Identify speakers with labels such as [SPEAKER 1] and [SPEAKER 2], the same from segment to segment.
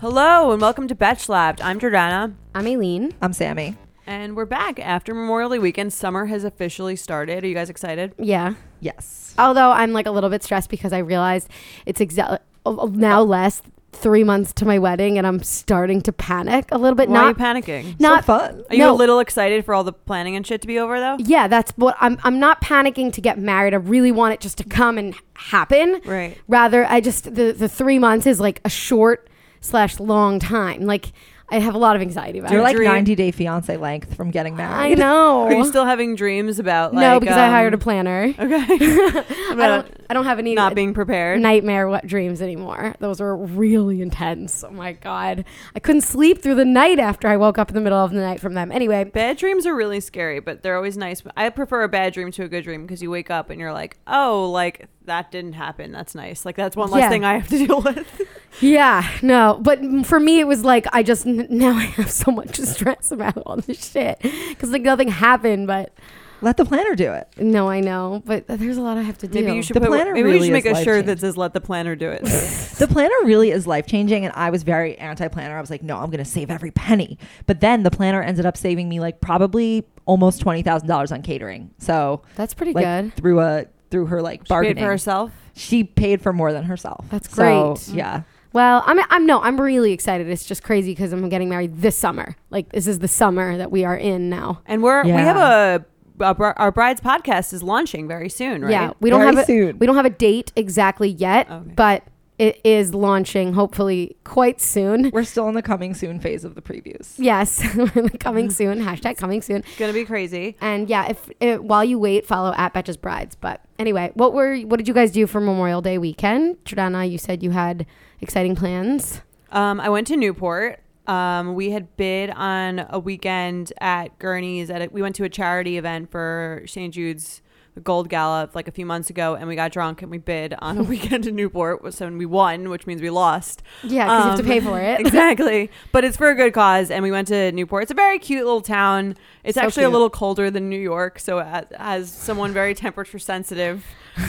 [SPEAKER 1] Hello and welcome to Betch Labbed. I'm Jordana,
[SPEAKER 2] I'm Aileen.
[SPEAKER 3] I'm Sammy.
[SPEAKER 1] and we're back after Memorial Day weekend. Summer has officially started. Are you guys excited?
[SPEAKER 2] Yeah.
[SPEAKER 3] Yes.
[SPEAKER 2] Although I'm like a little bit stressed because I realized it's exa- oh, now less three months to my wedding and I'm starting to panic a little bit.
[SPEAKER 1] Why
[SPEAKER 2] not
[SPEAKER 1] are you panicking?
[SPEAKER 2] not
[SPEAKER 3] so fun.
[SPEAKER 1] Are you
[SPEAKER 2] no.
[SPEAKER 1] a little excited for all the planning and shit to be over though?
[SPEAKER 2] Yeah, that's what I'm. I'm not panicking to get married. I really want it just to come and happen.
[SPEAKER 1] Right.
[SPEAKER 2] Rather, I just the the three months is like a short slash long time. Like I have a lot of anxiety about
[SPEAKER 3] You're
[SPEAKER 2] it.
[SPEAKER 3] like
[SPEAKER 1] dream-
[SPEAKER 3] 90 day fiance length from getting
[SPEAKER 2] I
[SPEAKER 3] married.
[SPEAKER 2] know.
[SPEAKER 1] Are you still having dreams about like
[SPEAKER 2] no, because I
[SPEAKER 1] um,
[SPEAKER 2] hired a planner.
[SPEAKER 1] Okay.
[SPEAKER 2] I
[SPEAKER 1] about
[SPEAKER 2] don't. I don't have any
[SPEAKER 1] not being prepared.
[SPEAKER 2] nightmare what dreams anymore. Those were really intense. Oh my god, I couldn't sleep through the night after I woke up in the middle of the night from them. Anyway,
[SPEAKER 1] Bad dreams are really scary, but they're always nice. I prefer a bad dream to a good dream because you wake up and you're like, "Oh, like that didn't happen. That's nice. Like that's one less
[SPEAKER 2] Yeah.
[SPEAKER 1] thing I have to deal with."
[SPEAKER 2] yeah, no, but m- for me it was like I just n- now I have so much stress about all this shit because like nothing happened. But
[SPEAKER 3] Let the planner do it.
[SPEAKER 2] no, I know, but there's a lot I have to do.
[SPEAKER 1] Maybe you should
[SPEAKER 3] The
[SPEAKER 1] put,
[SPEAKER 3] planner
[SPEAKER 1] maybe we
[SPEAKER 3] really
[SPEAKER 1] should make
[SPEAKER 3] is
[SPEAKER 1] a shirt that
[SPEAKER 3] life-changing.
[SPEAKER 1] says "Let the planner do it."
[SPEAKER 3] The planner really is life changing. And I was very anti planner. I was like, no, I'm going to save every penny. But then the planner ended up saving me like probably almost $20,000 on catering. So,
[SPEAKER 2] That's pretty
[SPEAKER 3] like,
[SPEAKER 2] good.
[SPEAKER 3] through a through her like bargaining,
[SPEAKER 1] Paid for herself.
[SPEAKER 3] she paid for more than herself.
[SPEAKER 2] That's
[SPEAKER 3] So,
[SPEAKER 2] great.
[SPEAKER 3] yeah,
[SPEAKER 2] Well, I'm I'm no, I'm really excited. It's just crazy because I'm getting married this summer. Like this is the summer that we are in now.
[SPEAKER 1] And we're we
[SPEAKER 3] Yeah.
[SPEAKER 1] have a a br- our brides podcast is launching very soon, right?
[SPEAKER 2] Yeah, we don't
[SPEAKER 3] Very
[SPEAKER 2] have a,
[SPEAKER 3] soon.
[SPEAKER 2] we don't have a date exactly yet,
[SPEAKER 1] Okay.
[SPEAKER 2] but it is launching hopefully quite soon.
[SPEAKER 3] we're still in the coming soon phase of the previews.
[SPEAKER 2] Yes, coming soon. Hashtag coming soon.
[SPEAKER 1] It's gonna be crazy.
[SPEAKER 2] And yeah, if, if while you wait, follow at Betches Brides. But anyway, what were what did you guys do for Memorial Day weekend? Jordana, you said you had exciting plans.
[SPEAKER 1] Um, I went to Newport. Um, we had bid on a weekend at Gurney's. At a, we went to a charity event for St. Jude's Gold Gala like a few months ago, and we got drunk and we bid on a weekend in Newport. So we won, which means we lost.
[SPEAKER 2] Yeah, because you have to
[SPEAKER 1] Um,
[SPEAKER 2] pay for it.
[SPEAKER 1] exactly. But it's for a good cause, and we went to Newport. It's a very cute little town. It's
[SPEAKER 2] So
[SPEAKER 1] actually a
[SPEAKER 2] cute.
[SPEAKER 1] little colder than New York, so as, as someone very temperature sensitive,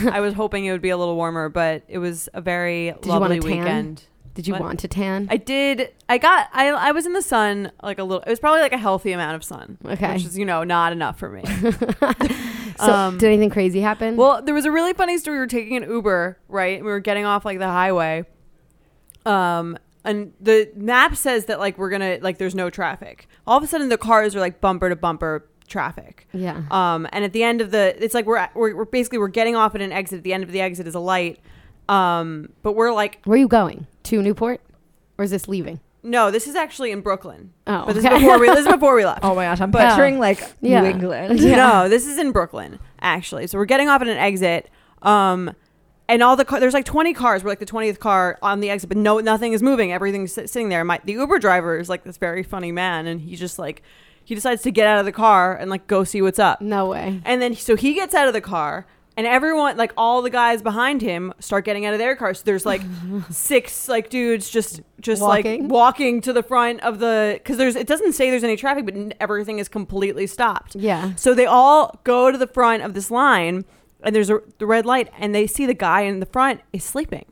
[SPEAKER 1] I was hoping it would be a little warmer, but it was a very
[SPEAKER 2] you want
[SPEAKER 1] lovely
[SPEAKER 2] a tan?
[SPEAKER 1] weekend.
[SPEAKER 2] Did you
[SPEAKER 1] What?
[SPEAKER 2] want to tan?
[SPEAKER 1] I did. I got. I I was in the sun like a little. It was probably like a healthy amount of sun,
[SPEAKER 2] Okay.
[SPEAKER 1] which is you know not enough for me.
[SPEAKER 2] so
[SPEAKER 1] um,
[SPEAKER 2] did anything crazy happen?
[SPEAKER 1] Well, there was a really funny story. We were taking an Uber, right? And we were getting off like the highway. Um, and the map says that like we're gonna like there's no traffic. All of a sudden, the cars are like bumper to bumper traffic.
[SPEAKER 2] yeah.
[SPEAKER 1] Um, and at the end of the, it's like we're, at, we're we're basically we're getting off at an exit. At the end of the exit is a light. Um, but we're like,
[SPEAKER 2] Where are you going to Newport, or is this leaving?
[SPEAKER 1] no, this is actually in Brooklyn.
[SPEAKER 2] Oh,
[SPEAKER 1] But this
[SPEAKER 2] okay.
[SPEAKER 1] is before we this is before we left.
[SPEAKER 3] Oh my gosh, I'm
[SPEAKER 2] But-
[SPEAKER 3] picturing like
[SPEAKER 2] Yeah.
[SPEAKER 3] New England.
[SPEAKER 1] No, this is in Brooklyn, actually. So we're getting off at an exit. Um, and all the car, there's like 20 cars. We're like the 20th car on the exit, but no, nothing is moving. Everything's sit- sitting there. My the Uber driver is like this very funny man, and he just like he decides to get out of the car and like go see what's up.
[SPEAKER 2] No way.
[SPEAKER 1] And then so he gets out of the car, and everyone like all the guys behind him start getting out of their cars. So there's like six like dudes just just
[SPEAKER 2] Walking?
[SPEAKER 1] like walking to the front of the because there's it doesn't say there's any traffic, but n- everything is completely stopped.
[SPEAKER 2] Yeah.
[SPEAKER 1] So they all go to the front of this line, and there's a the red light, and they see the guy in the front is sleeping.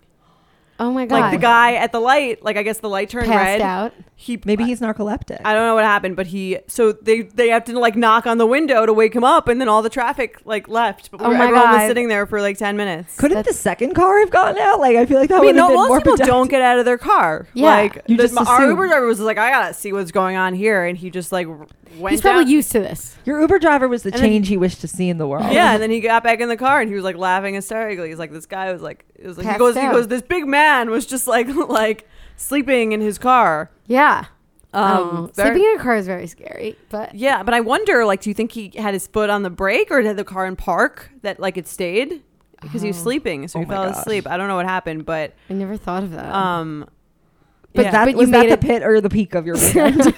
[SPEAKER 2] Oh my god.
[SPEAKER 1] Like the guy at the light, like I guess the light turned
[SPEAKER 2] passed
[SPEAKER 1] red.
[SPEAKER 2] out.
[SPEAKER 1] He
[SPEAKER 3] Maybe he's narcoleptic.
[SPEAKER 1] I don't know what happened, but he so they they have to like knock on the window to wake him up, and then all the traffic like left. But
[SPEAKER 2] Oh
[SPEAKER 1] we-
[SPEAKER 2] my
[SPEAKER 1] everyone was
[SPEAKER 2] God.
[SPEAKER 1] sitting there for like ten minutes.
[SPEAKER 3] Couldn't the second car have gotten out? Like I feel like that
[SPEAKER 1] I mean,
[SPEAKER 3] would
[SPEAKER 1] no,
[SPEAKER 3] have been more
[SPEAKER 1] most people
[SPEAKER 3] productive.
[SPEAKER 1] don't get out of their car.
[SPEAKER 2] Yeah.
[SPEAKER 1] like
[SPEAKER 3] You
[SPEAKER 1] the-
[SPEAKER 3] just
[SPEAKER 1] my- our
[SPEAKER 3] assume.
[SPEAKER 1] Uber driver was like, I gotta see what's going on here, and he just like r- went.
[SPEAKER 2] He's probably
[SPEAKER 1] down-
[SPEAKER 2] used to this.
[SPEAKER 3] Your Uber driver was the
[SPEAKER 1] And then-
[SPEAKER 3] change he wished to see in the world.
[SPEAKER 1] Yeah, and then he got back in the car and he was like laughing hysterically. He's like, this guy was like, it was like he
[SPEAKER 2] Passed
[SPEAKER 1] goes, he
[SPEAKER 2] out.
[SPEAKER 1] goes, this big man was just like like sleeping in his car.
[SPEAKER 2] Yeah.
[SPEAKER 1] Um,
[SPEAKER 2] oh,
[SPEAKER 1] very-
[SPEAKER 2] sleeping in a car is very scary, but
[SPEAKER 1] Yeah, but I wonder, like, do you think he had his foot on the brake or did the car in park that like it stayed because he was
[SPEAKER 2] Oh.
[SPEAKER 1] sleeping, so
[SPEAKER 3] Oh
[SPEAKER 1] he
[SPEAKER 3] my
[SPEAKER 1] fell
[SPEAKER 3] gosh. Oh.
[SPEAKER 1] asleep. I don't know what happened, but
[SPEAKER 2] I never thought of that.
[SPEAKER 1] um,
[SPEAKER 3] But
[SPEAKER 1] yeah.
[SPEAKER 3] that
[SPEAKER 2] But you
[SPEAKER 3] was
[SPEAKER 2] made
[SPEAKER 3] that the
[SPEAKER 2] it-
[SPEAKER 3] pit or the peak of your weekend.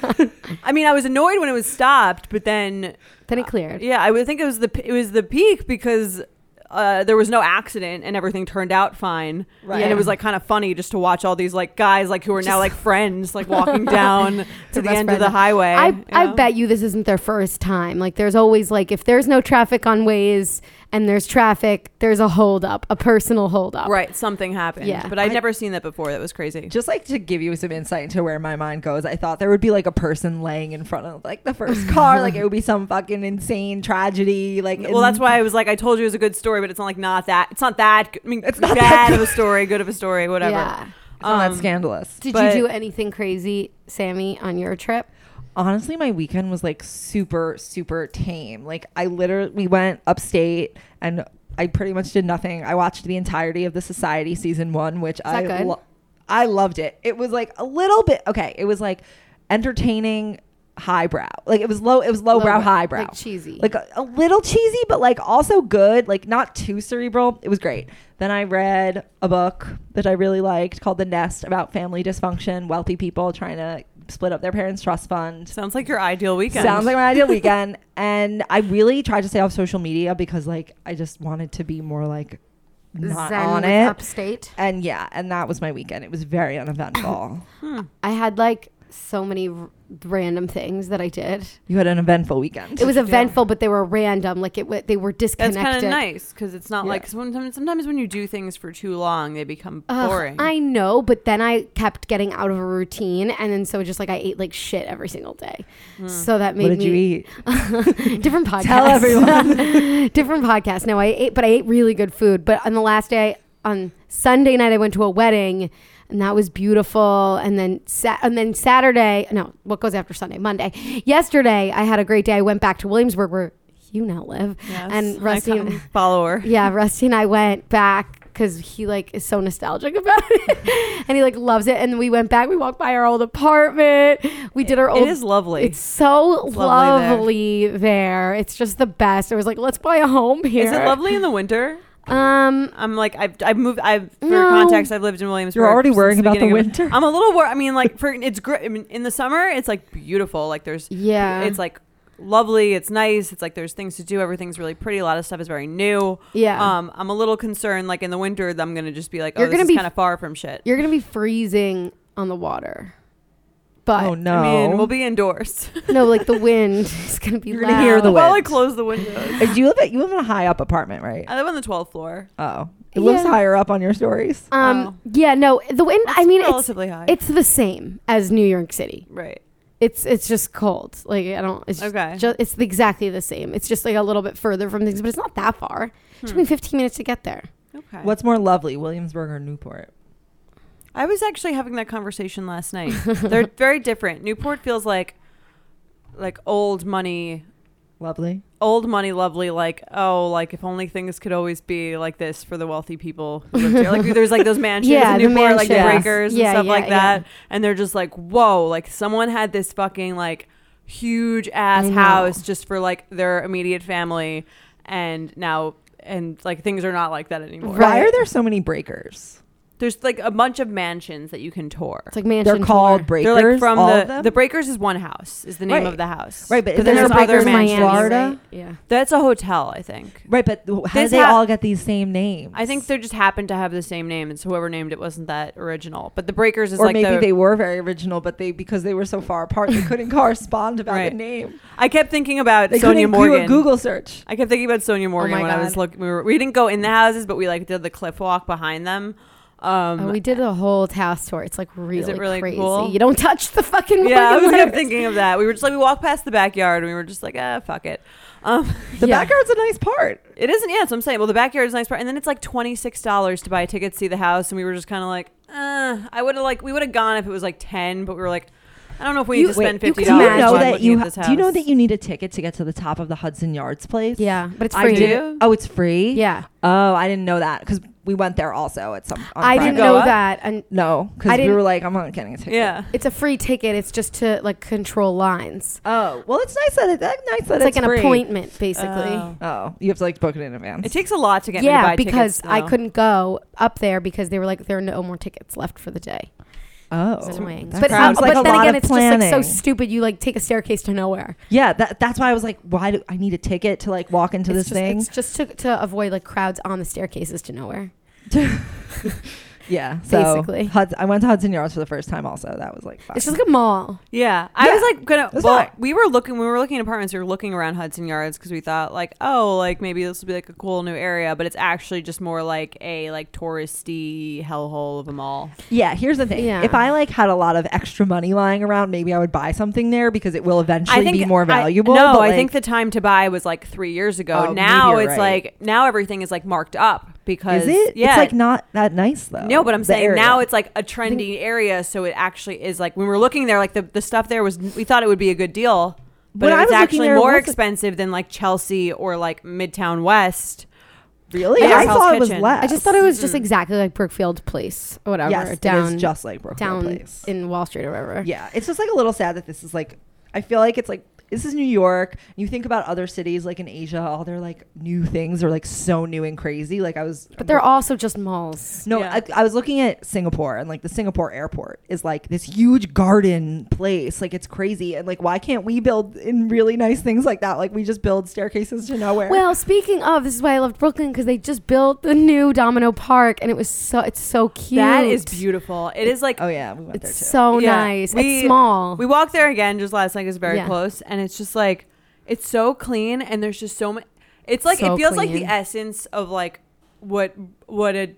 [SPEAKER 1] I mean, I was annoyed when it was stopped, but then
[SPEAKER 2] then it cleared.
[SPEAKER 1] yeah, I would think it was the p- it was the peak because. Uh, there was no accident and everything turned out fine
[SPEAKER 3] Right.
[SPEAKER 1] and it was like kind of funny just to watch all these like guys like who are now like friends like walking down to the
[SPEAKER 2] best
[SPEAKER 1] end of
[SPEAKER 2] friend.
[SPEAKER 1] the highway
[SPEAKER 2] I,
[SPEAKER 1] you
[SPEAKER 2] I
[SPEAKER 1] know?
[SPEAKER 2] bet you this isn't their first time. Like, there's always like if there's no traffic on ways and there's traffic, there's a holdup, a personal holdup.
[SPEAKER 1] Right, something happened.
[SPEAKER 2] Yeah.
[SPEAKER 1] But I'd
[SPEAKER 3] I-
[SPEAKER 1] never seen that before. That was crazy.
[SPEAKER 3] Just like to give you some insight into where my mind goes, I thought there would be like a person laying in front of like the first car, like it would be some fucking insane tragedy. Like,
[SPEAKER 1] Well, that's why I was like, I told you it was a good story, but it's not like not that. It's not that. Good. I mean,
[SPEAKER 3] It's not
[SPEAKER 1] bad
[SPEAKER 3] that
[SPEAKER 1] of a story, good of a story, whatever.
[SPEAKER 2] Yeah.
[SPEAKER 3] it's not that
[SPEAKER 1] um,
[SPEAKER 3] scandalous.
[SPEAKER 2] Did
[SPEAKER 1] But-
[SPEAKER 2] you do anything crazy, Sammy, on your trip?
[SPEAKER 3] honestly my weekend was like super super tame like i literally we went upstate and i pretty much did nothing i watched the entirety of the society season one which
[SPEAKER 2] that
[SPEAKER 3] i
[SPEAKER 2] good?
[SPEAKER 3] i loved it it was like a little bit okay it was like entertaining highbrow like it was low it was lowbrow
[SPEAKER 2] Lowbrow,
[SPEAKER 3] highbrow
[SPEAKER 2] like cheesy.
[SPEAKER 3] like a, a little cheesy but like also good like not too cerebral it was great then i read a book that i really liked called the nest about family dysfunction wealthy people trying to split up their parents trust fund
[SPEAKER 1] Sounds like your ideal weekend.
[SPEAKER 3] Sounds like my ideal weekend. And I really tried to stay off social media because like I just wanted to be more like not
[SPEAKER 2] Zen
[SPEAKER 3] on
[SPEAKER 2] with
[SPEAKER 3] it.
[SPEAKER 2] Upstate.
[SPEAKER 3] and yeah, and that was my weekend. It was very uneventful.
[SPEAKER 2] I had like so many r- random things that I did.
[SPEAKER 3] you had an eventful weekend.
[SPEAKER 2] It was eventful, but they were random. Like it, w- they were
[SPEAKER 1] That's
[SPEAKER 2] disconnected.
[SPEAKER 1] kind of nice because it's not
[SPEAKER 3] Yeah.
[SPEAKER 1] like 'cause sometimes, sometimes when you do things for too long, they become
[SPEAKER 2] Ugh,
[SPEAKER 1] boring.
[SPEAKER 2] I know, but then I kept getting out of a routine, and then so just like I ate like shit every single day.
[SPEAKER 1] Hmm.
[SPEAKER 2] So that made
[SPEAKER 3] what did
[SPEAKER 2] me
[SPEAKER 3] you eat?
[SPEAKER 2] different podcasts.
[SPEAKER 3] Tell
[SPEAKER 2] different podcasts. No, I ate, but I ate really good food. But on the last day, on Sunday night, I went to a wedding, and that was beautiful. And then, sa- and then Saturday. No, what goes after Sunday? Monday. Yesterday, I had a great day. I went back to Williamsburg, where you now live,
[SPEAKER 1] Yes,
[SPEAKER 2] and
[SPEAKER 1] I
[SPEAKER 2] Rusty.
[SPEAKER 1] come- follower.
[SPEAKER 2] Yeah, Rusty and I went back because he like is so nostalgic about it, and he like loves it. And we went back. We walked by our old apartment. We did our old.
[SPEAKER 1] It is lovely.
[SPEAKER 2] It's so
[SPEAKER 1] It's lovely there.
[SPEAKER 2] lovely there. It's just the best. It was like let's buy a home here.
[SPEAKER 1] Is it lovely in the winter?
[SPEAKER 2] Um,
[SPEAKER 1] I'm like I've I've moved I've for
[SPEAKER 2] No.
[SPEAKER 1] context I've lived in Williamsburg.
[SPEAKER 3] You're already
[SPEAKER 1] since
[SPEAKER 3] worrying about the
[SPEAKER 1] beginning of-
[SPEAKER 3] winter.
[SPEAKER 1] I'm a little worried. I mean, like for it's great. I mean, in the summer, it's like beautiful. Like there's
[SPEAKER 2] Yeah.
[SPEAKER 1] it's like lovely. It's nice. It's like there's things to do. Everything's really pretty. A lot of stuff is very new.
[SPEAKER 2] Yeah.
[SPEAKER 1] Um, I'm a little concerned. Like in the winter, that I'm gonna just be like, oh,
[SPEAKER 2] You're
[SPEAKER 1] this
[SPEAKER 2] gonna
[SPEAKER 1] is
[SPEAKER 2] be-
[SPEAKER 1] kind of far from shit.
[SPEAKER 2] you're gonna be freezing on the water, but
[SPEAKER 3] oh no.
[SPEAKER 1] I mean, we'll be indoors.
[SPEAKER 2] no, like the wind is gonna be.
[SPEAKER 3] You're
[SPEAKER 2] loud.
[SPEAKER 3] gonna hear the
[SPEAKER 1] I'll probably
[SPEAKER 3] wind.
[SPEAKER 1] close the windows.
[SPEAKER 3] Uh, do you live at you live in a high up apartment, right?
[SPEAKER 1] I live on the 12th floor.
[SPEAKER 3] Oh. It looks
[SPEAKER 2] Yeah.
[SPEAKER 3] higher up on your stories.
[SPEAKER 1] Oh.
[SPEAKER 2] Um. Yeah. No. The wind. I mean, it's
[SPEAKER 1] relatively high.
[SPEAKER 2] it's the same as New York City.
[SPEAKER 1] right.
[SPEAKER 2] It's it's just cold. Like I don't. It's just,
[SPEAKER 1] Okay.
[SPEAKER 2] ju- it's exactly the same. It's just like a little bit further from things, but it's not that far. It took me
[SPEAKER 1] Hmm.
[SPEAKER 2] 15 minutes to get there.
[SPEAKER 1] Okay.
[SPEAKER 3] What's more lovely, Williamsburg or Newport?
[SPEAKER 1] I was actually having that conversation last night. They're very different. Newport feels like like old money,
[SPEAKER 3] Lovely.
[SPEAKER 1] old money lovely like oh like if only things could always be like this for the wealthy people who lived here. like there's like those mansions
[SPEAKER 2] Yeah,
[SPEAKER 1] in
[SPEAKER 2] the
[SPEAKER 1] Newport like the
[SPEAKER 2] mansions.
[SPEAKER 1] breakers
[SPEAKER 2] Yeah,
[SPEAKER 1] and stuff
[SPEAKER 2] yeah,
[SPEAKER 1] like
[SPEAKER 2] yeah.
[SPEAKER 1] that and they're just like whoa like someone had this fucking like huge ass
[SPEAKER 2] I know.
[SPEAKER 1] house just for like their immediate family and now and like things are not like that anymore
[SPEAKER 3] Why
[SPEAKER 2] Right.
[SPEAKER 3] are there so many breakers?
[SPEAKER 1] there's like a bunch of mansions that you can tour
[SPEAKER 2] It's like mansion.
[SPEAKER 3] They're called
[SPEAKER 2] tour.
[SPEAKER 3] breakers.
[SPEAKER 1] They're like from
[SPEAKER 3] all
[SPEAKER 1] the
[SPEAKER 3] of them?
[SPEAKER 1] the Breakers is one house is the name
[SPEAKER 3] Right.
[SPEAKER 1] of the house.
[SPEAKER 3] Right, but
[SPEAKER 1] But
[SPEAKER 3] isn't
[SPEAKER 1] there's
[SPEAKER 3] there
[SPEAKER 1] other
[SPEAKER 2] breakers in
[SPEAKER 1] mansions.
[SPEAKER 2] Miami,
[SPEAKER 3] Florida?
[SPEAKER 2] right? Yeah.
[SPEAKER 1] That's a hotel, I think.
[SPEAKER 3] Right, but wh- how
[SPEAKER 1] This
[SPEAKER 3] did they
[SPEAKER 1] ha-
[SPEAKER 3] all get these same names?
[SPEAKER 1] I think they just happened to have the same name, and so whoever named it wasn't that original. But the Breakers is
[SPEAKER 3] or
[SPEAKER 1] like
[SPEAKER 3] maybe
[SPEAKER 1] the.
[SPEAKER 3] they were very original, but they because they were so far apart, they couldn't correspond about
[SPEAKER 1] Right.
[SPEAKER 3] the name.
[SPEAKER 1] I kept thinking about
[SPEAKER 3] They
[SPEAKER 1] Sonia
[SPEAKER 3] couldn't do
[SPEAKER 1] Morgan.
[SPEAKER 3] a Google Oh search.
[SPEAKER 1] I kept thinking about Sonia Morgan
[SPEAKER 2] my
[SPEAKER 1] when I was
[SPEAKER 2] God.
[SPEAKER 1] looking. We, were, we didn't go in the houses, but we like did the cliff walk behind them. Um,
[SPEAKER 2] Oh, we did a whole house tour. It's like really,
[SPEAKER 1] it really
[SPEAKER 2] crazy.
[SPEAKER 1] cool?
[SPEAKER 2] You don't touch the
[SPEAKER 3] Oh,
[SPEAKER 2] fucking.
[SPEAKER 1] yeah, I was
[SPEAKER 2] Morgan
[SPEAKER 1] kept
[SPEAKER 2] Letters.
[SPEAKER 1] thinking of that. We were just like we walked past the backyard, and we were just like, ah, fuck it. Um,
[SPEAKER 3] The
[SPEAKER 2] Yeah.
[SPEAKER 3] backyard's a nice part.
[SPEAKER 1] It isn't. Yeah, that's what I'm saying. Well, the backyard is a nice part, and then it's like twenty six dollars to buy a ticket to see the house, and we were just kind of like, uh, I would have like we would have gone if it was like ten, but we were like, I don't know if we
[SPEAKER 2] You-
[SPEAKER 1] need to
[SPEAKER 2] wait,
[SPEAKER 1] spend
[SPEAKER 2] you
[SPEAKER 1] fifty
[SPEAKER 2] can
[SPEAKER 3] Do
[SPEAKER 1] dollars.
[SPEAKER 3] you
[SPEAKER 2] imagine
[SPEAKER 3] know
[SPEAKER 1] on
[SPEAKER 3] that
[SPEAKER 1] looking
[SPEAKER 3] you
[SPEAKER 1] at
[SPEAKER 3] ha-
[SPEAKER 1] this house.
[SPEAKER 3] do you know that you need a ticket to get to the top of the Hudson Yards place?
[SPEAKER 2] Yeah, but it's
[SPEAKER 3] I
[SPEAKER 2] free.
[SPEAKER 1] do.
[SPEAKER 3] didn't- Oh, it's free.
[SPEAKER 2] Yeah,
[SPEAKER 3] Oh, I didn't know that because we went there also at some. On
[SPEAKER 2] I
[SPEAKER 3] Friday.
[SPEAKER 2] didn't
[SPEAKER 1] Go
[SPEAKER 2] know
[SPEAKER 1] up?
[SPEAKER 2] that. And
[SPEAKER 3] No,
[SPEAKER 2] I
[SPEAKER 3] because we
[SPEAKER 2] didn't-
[SPEAKER 3] were like, I'm not getting a ticket.
[SPEAKER 1] Yeah,
[SPEAKER 2] it's a free ticket. It's just to like control lines.
[SPEAKER 3] Oh, well, it's nice that it, that nice that
[SPEAKER 2] It's, like
[SPEAKER 3] it's,
[SPEAKER 2] an
[SPEAKER 3] free.
[SPEAKER 2] appointment, basically.
[SPEAKER 1] Oh.
[SPEAKER 3] Oh, you have to like book it in advance.
[SPEAKER 1] it takes a lot to get me to
[SPEAKER 2] yeah,
[SPEAKER 1] buy tickets,
[SPEAKER 2] because I
[SPEAKER 1] though.
[SPEAKER 2] couldn't go up there because they were like, there are no more tickets left for the day.
[SPEAKER 3] oh,
[SPEAKER 2] It's annoying.
[SPEAKER 3] that
[SPEAKER 2] But,
[SPEAKER 3] sounds
[SPEAKER 2] um,
[SPEAKER 3] like
[SPEAKER 2] but
[SPEAKER 3] a
[SPEAKER 2] then
[SPEAKER 3] lot
[SPEAKER 2] again,
[SPEAKER 3] of
[SPEAKER 2] it's just like so
[SPEAKER 3] planning.
[SPEAKER 2] stupid. You like take a staircase to nowhere.
[SPEAKER 3] Yeah, that, that's why I was like, why do I need a ticket to like walk into
[SPEAKER 2] it's
[SPEAKER 3] this
[SPEAKER 2] just,
[SPEAKER 3] thing?
[SPEAKER 2] It's just to, to avoid like crowds on the staircases to nowhere.
[SPEAKER 3] Yeah. So
[SPEAKER 2] Basically.
[SPEAKER 3] Hudson, I went to Hudson Yards for the first time. Also, that was like fun.
[SPEAKER 2] It's just like a mall.
[SPEAKER 1] Yeah, I
[SPEAKER 3] Yeah,
[SPEAKER 1] was like gonna.
[SPEAKER 3] that's
[SPEAKER 1] well,
[SPEAKER 3] fine.
[SPEAKER 1] we were looking. We were looking at apartments. We were looking around Hudson Yards because we thought like, oh, like maybe this will be like a cool new area, but it's actually just more like a like touristy hellhole of a mall.
[SPEAKER 3] yeah. Here's the thing.
[SPEAKER 2] Yeah.
[SPEAKER 3] If I like had a lot of extra money lying around, maybe I would buy something there because it will eventually
[SPEAKER 1] I think
[SPEAKER 3] be more valuable.
[SPEAKER 1] I, no,
[SPEAKER 3] but,
[SPEAKER 1] I think the
[SPEAKER 3] like,
[SPEAKER 1] time to buy was like three years ago.
[SPEAKER 3] Oh,
[SPEAKER 1] now
[SPEAKER 3] maybe you're
[SPEAKER 1] it's
[SPEAKER 3] right.
[SPEAKER 1] like now everything is like marked up because
[SPEAKER 3] is it?
[SPEAKER 1] Yeah,
[SPEAKER 3] It's like not that nice though.
[SPEAKER 1] No, but I'm
[SPEAKER 3] the
[SPEAKER 1] saying
[SPEAKER 3] area.
[SPEAKER 1] now it's like a trendy area, so it actually is like when we were looking there, like the, the stuff there was we thought it would be a good deal, but
[SPEAKER 3] When I
[SPEAKER 1] it's
[SPEAKER 3] was looking
[SPEAKER 1] actually
[SPEAKER 3] there, it
[SPEAKER 1] more
[SPEAKER 3] wasn't-
[SPEAKER 1] expensive than like Chelsea or like Midtown West.
[SPEAKER 3] really.
[SPEAKER 1] Yeah,
[SPEAKER 3] I
[SPEAKER 1] Hell's
[SPEAKER 3] thought it was
[SPEAKER 1] Kitchen.
[SPEAKER 3] less.
[SPEAKER 2] I just thought it was just exactly like Brookfield Place or whatever.
[SPEAKER 3] yes,
[SPEAKER 2] down
[SPEAKER 3] it is just like Brooklyn
[SPEAKER 2] down
[SPEAKER 3] Place.
[SPEAKER 2] in Wall Street or whatever.
[SPEAKER 3] yeah, it's just like a little sad that this is like. I feel like it's like this is New York. You think about other cities like in Asia, all their like new things are like so new and crazy. Like I was,
[SPEAKER 2] But they're also just malls.
[SPEAKER 3] No,
[SPEAKER 1] Yeah.
[SPEAKER 3] I, I was looking at Singapore and like the Singapore airport is like this huge garden place. Like it's crazy. And like, why can't we build in really nice things like that? Like we just build staircases to nowhere.
[SPEAKER 2] Well, speaking of, this is why I loved Brooklyn because they just built the new Domino Park and it was so it's so cute.
[SPEAKER 1] That is beautiful. It is like
[SPEAKER 3] oh yeah, we went there
[SPEAKER 2] It's
[SPEAKER 3] too.
[SPEAKER 2] so
[SPEAKER 1] yeah,
[SPEAKER 2] nice. it's small.
[SPEAKER 1] We walked there again just last night. It was very
[SPEAKER 2] Oh. Yeah.
[SPEAKER 1] close, and it's just like it's so clean, and there's just so much. It's like
[SPEAKER 2] So
[SPEAKER 1] it feels like the
[SPEAKER 2] clean.
[SPEAKER 1] essence of like what what a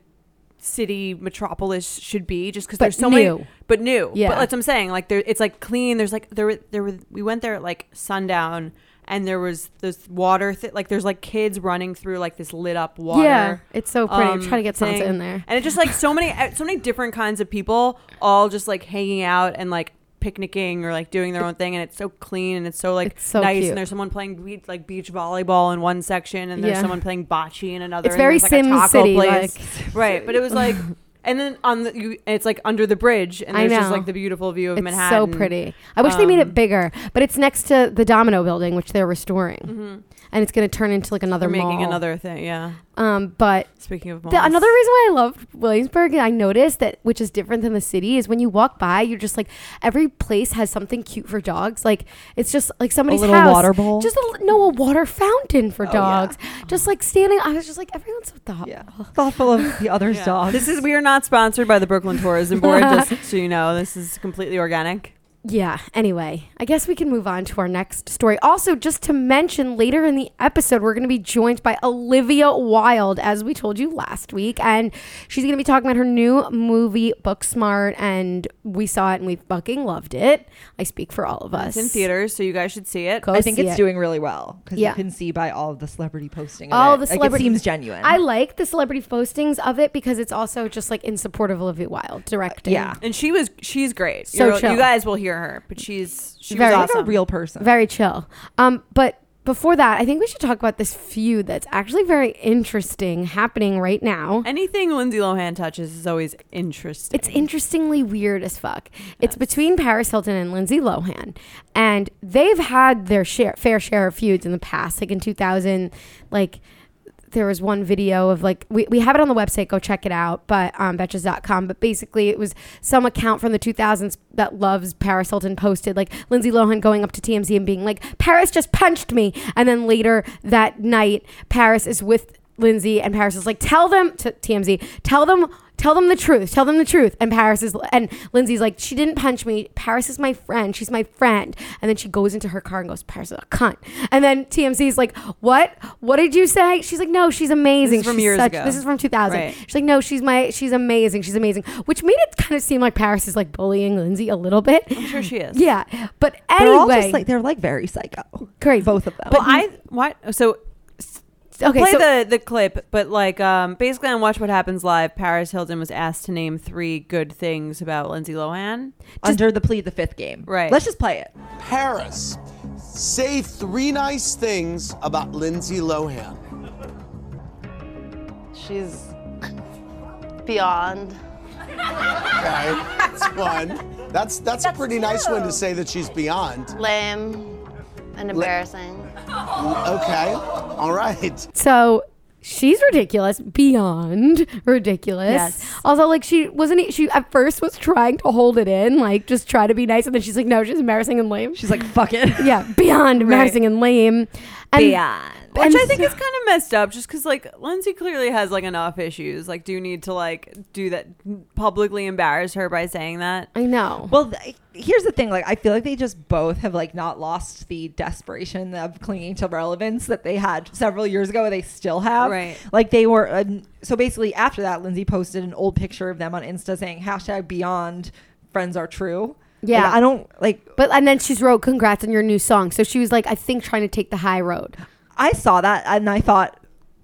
[SPEAKER 1] city metropolis should be just because
[SPEAKER 2] But
[SPEAKER 1] there's so
[SPEAKER 2] new.
[SPEAKER 1] many but new
[SPEAKER 2] Yeah.
[SPEAKER 1] but that's what i'm saying like there it's like clean there's like there were there were we went there at like sundown and there was this water thi- like there's like kids running through like this lit up water
[SPEAKER 2] yeah, it's so pretty. I'm
[SPEAKER 1] um,
[SPEAKER 2] trying to get Sansa
[SPEAKER 1] thing.
[SPEAKER 2] in there.
[SPEAKER 1] And it's just like so many, uh, so many different kinds of people all just like hanging out and like picnicking or like doing their own thing. And it's so clean and it's so like
[SPEAKER 2] It's so
[SPEAKER 1] nice.
[SPEAKER 2] cute.
[SPEAKER 1] And there's someone playing beach, like beach volleyball in one section, and there's
[SPEAKER 2] Yeah.
[SPEAKER 1] someone playing bocce in another.
[SPEAKER 2] It's
[SPEAKER 1] and
[SPEAKER 2] very
[SPEAKER 1] there's, like, a
[SPEAKER 2] Sim
[SPEAKER 1] taco
[SPEAKER 2] City,
[SPEAKER 1] place.
[SPEAKER 2] like-
[SPEAKER 1] right? But it was like. And then on the, you, it's like under the bridge, and
[SPEAKER 2] I
[SPEAKER 1] there's just
[SPEAKER 2] know.
[SPEAKER 1] like the beautiful view of
[SPEAKER 2] It's
[SPEAKER 1] Manhattan.
[SPEAKER 2] so pretty. I wish they made it
[SPEAKER 1] Um,
[SPEAKER 2] bigger, but it's next to the Domino building, which they're restoring, and it's going to turn into like another
[SPEAKER 1] Mm-hmm. They're making
[SPEAKER 2] mall.
[SPEAKER 1] another thing, yeah.
[SPEAKER 2] Um, but
[SPEAKER 1] Speaking of malls,
[SPEAKER 2] The, another reason why I love Williamsburg, I noticed that which is different than the city, is when you walk by, you're just like every place has something cute for dogs. Like it's just like somebody's
[SPEAKER 3] little
[SPEAKER 2] house,
[SPEAKER 3] water bowl?
[SPEAKER 2] just a, li- no a water fountain for
[SPEAKER 3] Oh,
[SPEAKER 2] dogs. Just like standing, I was just like everyone's so thoughtful.
[SPEAKER 3] yeah, thoughtful of the other's
[SPEAKER 1] Yeah.
[SPEAKER 3] dogs.
[SPEAKER 1] This is we are not sponsored by the Brooklyn Tourism Board, just so you know. This is completely organic.
[SPEAKER 2] Yeah. Anyway, I guess we can move on to our next story. Also, just to mention, later in the episode, we're going to be joined by Olivia Wilde, as we told you last week. And she's going to be talking about her new movie, Booksmart. And we saw it and we fucking loved it. I speak for all of us.
[SPEAKER 1] It's in theaters, so you guys should see it.
[SPEAKER 2] Go
[SPEAKER 3] I think
[SPEAKER 2] Oh, see
[SPEAKER 3] it's
[SPEAKER 2] it.
[SPEAKER 3] doing really well because
[SPEAKER 2] Yeah.
[SPEAKER 3] you can see by all of the celebrity posting. of
[SPEAKER 2] All
[SPEAKER 3] it.
[SPEAKER 2] the
[SPEAKER 3] like, it
[SPEAKER 2] celebrity-
[SPEAKER 3] seems genuine.
[SPEAKER 2] I like the celebrity postings of it because it's also just like in support of Olivia Wilde directing.
[SPEAKER 3] yeah,
[SPEAKER 1] And she was she's great.
[SPEAKER 2] So
[SPEAKER 1] You're-
[SPEAKER 2] chill.
[SPEAKER 1] you guys will hear her, but she's she
[SPEAKER 2] Very-
[SPEAKER 1] was
[SPEAKER 3] like
[SPEAKER 1] awesome.
[SPEAKER 3] a real person.
[SPEAKER 2] Very chill. Um, but before that, I think we should talk about this feud that's actually very interesting happening right now.
[SPEAKER 1] Anything Lindsay Lohan touches is always interesting.
[SPEAKER 2] It's interestingly weird as fuck. It's between Paris Hilton and Lindsay Lohan, and they've had their share, fair share of feuds in the past. Like in 2000, like there was one video of like we, we have it on the website go check it out but um betches.com but basically it was some account from the 2000s that loves paris hilton posted like lindsay lohan going up to tmz and being like paris just punched me and then later that night paris is with lindsay and paris is like tell them to tmz tell them tell them the truth tell them the truth and paris is and lindsay's like she didn't punch me paris is my friend she's my friend and then she goes into her car and goes paris is a cunt and then tmz's like what what did you say she's like no she's amazing
[SPEAKER 1] This is from
[SPEAKER 2] she's
[SPEAKER 1] years ago.
[SPEAKER 2] this is from 2000
[SPEAKER 1] Right.
[SPEAKER 2] she's like no she's my she's amazing she's amazing which made it kind of seem like paris is like bullying lindsay a little bit
[SPEAKER 1] I'm sure she is.
[SPEAKER 2] yeah but
[SPEAKER 3] They're
[SPEAKER 2] anyway
[SPEAKER 3] all just like they're like very psycho.
[SPEAKER 2] Crazy.
[SPEAKER 3] both of them.
[SPEAKER 1] Well, I what so
[SPEAKER 2] okay
[SPEAKER 1] play
[SPEAKER 2] so
[SPEAKER 1] the the clip, but like um basically on Watch What Happens Live, Paris Hilton was asked to name three good things about Lindsay Lohan.
[SPEAKER 3] under the plea of the fifth game.
[SPEAKER 1] Right.
[SPEAKER 3] Let's just play it.
[SPEAKER 4] Paris, say three nice things about Lindsay Lohan.
[SPEAKER 5] She's beyond.
[SPEAKER 4] Okay, that's one. That's that's a pretty nice one to say that she's beyond.
[SPEAKER 5] Lame and embarrassing.
[SPEAKER 4] Okay, all right.
[SPEAKER 2] So she's ridiculous, beyond ridiculous.
[SPEAKER 1] Yes.
[SPEAKER 2] Also, like she wasn't. e- She at first was trying to hold it in, like just try to be nice, and then she's like, no, she's embarrassing and lame.
[SPEAKER 3] She's like, fuck it.
[SPEAKER 2] yeah, beyond embarrassing and lame. And
[SPEAKER 3] Beyond.
[SPEAKER 1] Which
[SPEAKER 2] and
[SPEAKER 1] I think
[SPEAKER 2] so-
[SPEAKER 1] is kind of messed up, just because like Lindsay clearly has like enough issues. Like, do you need to like do that publicly embarrass her by saying that?
[SPEAKER 2] I know.
[SPEAKER 3] Well, th- here's the thing. Like, I feel like they just both have like not lost the desperation of clinging to relevance that they had several years ago. and They still have.
[SPEAKER 1] Right.
[SPEAKER 3] Like they were. Um, so basically, after that, Lindsay posted an old picture of them on Insta saying hashtag Beyond Friends Are True.
[SPEAKER 2] Yeah.
[SPEAKER 3] Like, I don't like.
[SPEAKER 2] but and then she's wrote congrats on your new song. So she was like, I think trying to take the high road.
[SPEAKER 3] I saw that and I thought,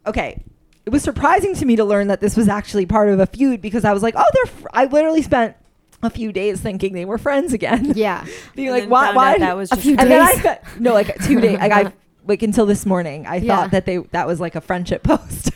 [SPEAKER 3] okay. It was surprising to me to learn that this was actually part of a feud because I was like, oh, they're. Fr-. I literally spent a few days thinking they were friends again.
[SPEAKER 2] Yeah.
[SPEAKER 3] Being
[SPEAKER 1] And
[SPEAKER 3] like,
[SPEAKER 1] then
[SPEAKER 3] why?
[SPEAKER 1] found
[SPEAKER 3] Why?
[SPEAKER 1] out that was
[SPEAKER 2] a
[SPEAKER 1] just
[SPEAKER 2] few
[SPEAKER 3] and then I
[SPEAKER 2] days.
[SPEAKER 3] fe- no, like two days. Like I like until this morning, I
[SPEAKER 2] Yeah.
[SPEAKER 3] thought that they that was like a friendship post.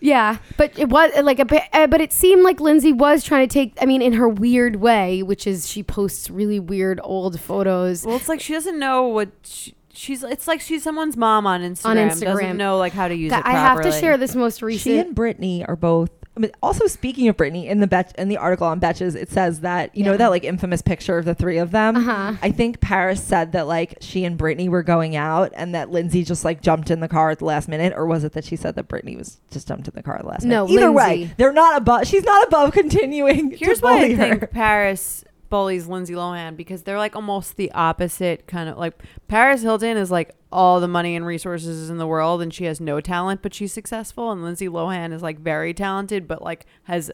[SPEAKER 2] Yeah, but it was like a bit- uh, but it seemed like Lindsay was trying to take. I mean, in her weird way, which is she posts really weird old photos.
[SPEAKER 1] Well, it's like she doesn't know what she, she's. It's like she's someone's mom on Instagram.
[SPEAKER 2] On Instagram.
[SPEAKER 1] doesn't know like how to use it.
[SPEAKER 2] I have to
[SPEAKER 1] properly.
[SPEAKER 2] share this most
[SPEAKER 3] she
[SPEAKER 2] recent.
[SPEAKER 3] and Brittany are both. I mean, also speaking of Brittany in the bet in the article on Betches, it says that you know
[SPEAKER 2] Yeah.
[SPEAKER 3] that like infamous picture of the three of them.
[SPEAKER 2] Uh-huh.
[SPEAKER 3] I think Paris said that like she and Brittany were going out, and that Lindsay just like jumped in the car at the last minute, or was it that she said that Brittany was just jumped in the car at the last
[SPEAKER 2] No,
[SPEAKER 3] minute? Either way,
[SPEAKER 2] Lindsay.
[SPEAKER 3] they're not above. She's not above continuing.
[SPEAKER 1] Here's
[SPEAKER 3] to
[SPEAKER 1] why
[SPEAKER 3] bully
[SPEAKER 1] I
[SPEAKER 3] her.
[SPEAKER 1] think Paris bullies Lindsay Lohan because they're like almost the opposite kind of like Paris Hilton is like all the money and resources in the world and she has no talent but she's successful and Lindsay Lohan is like very talented but like has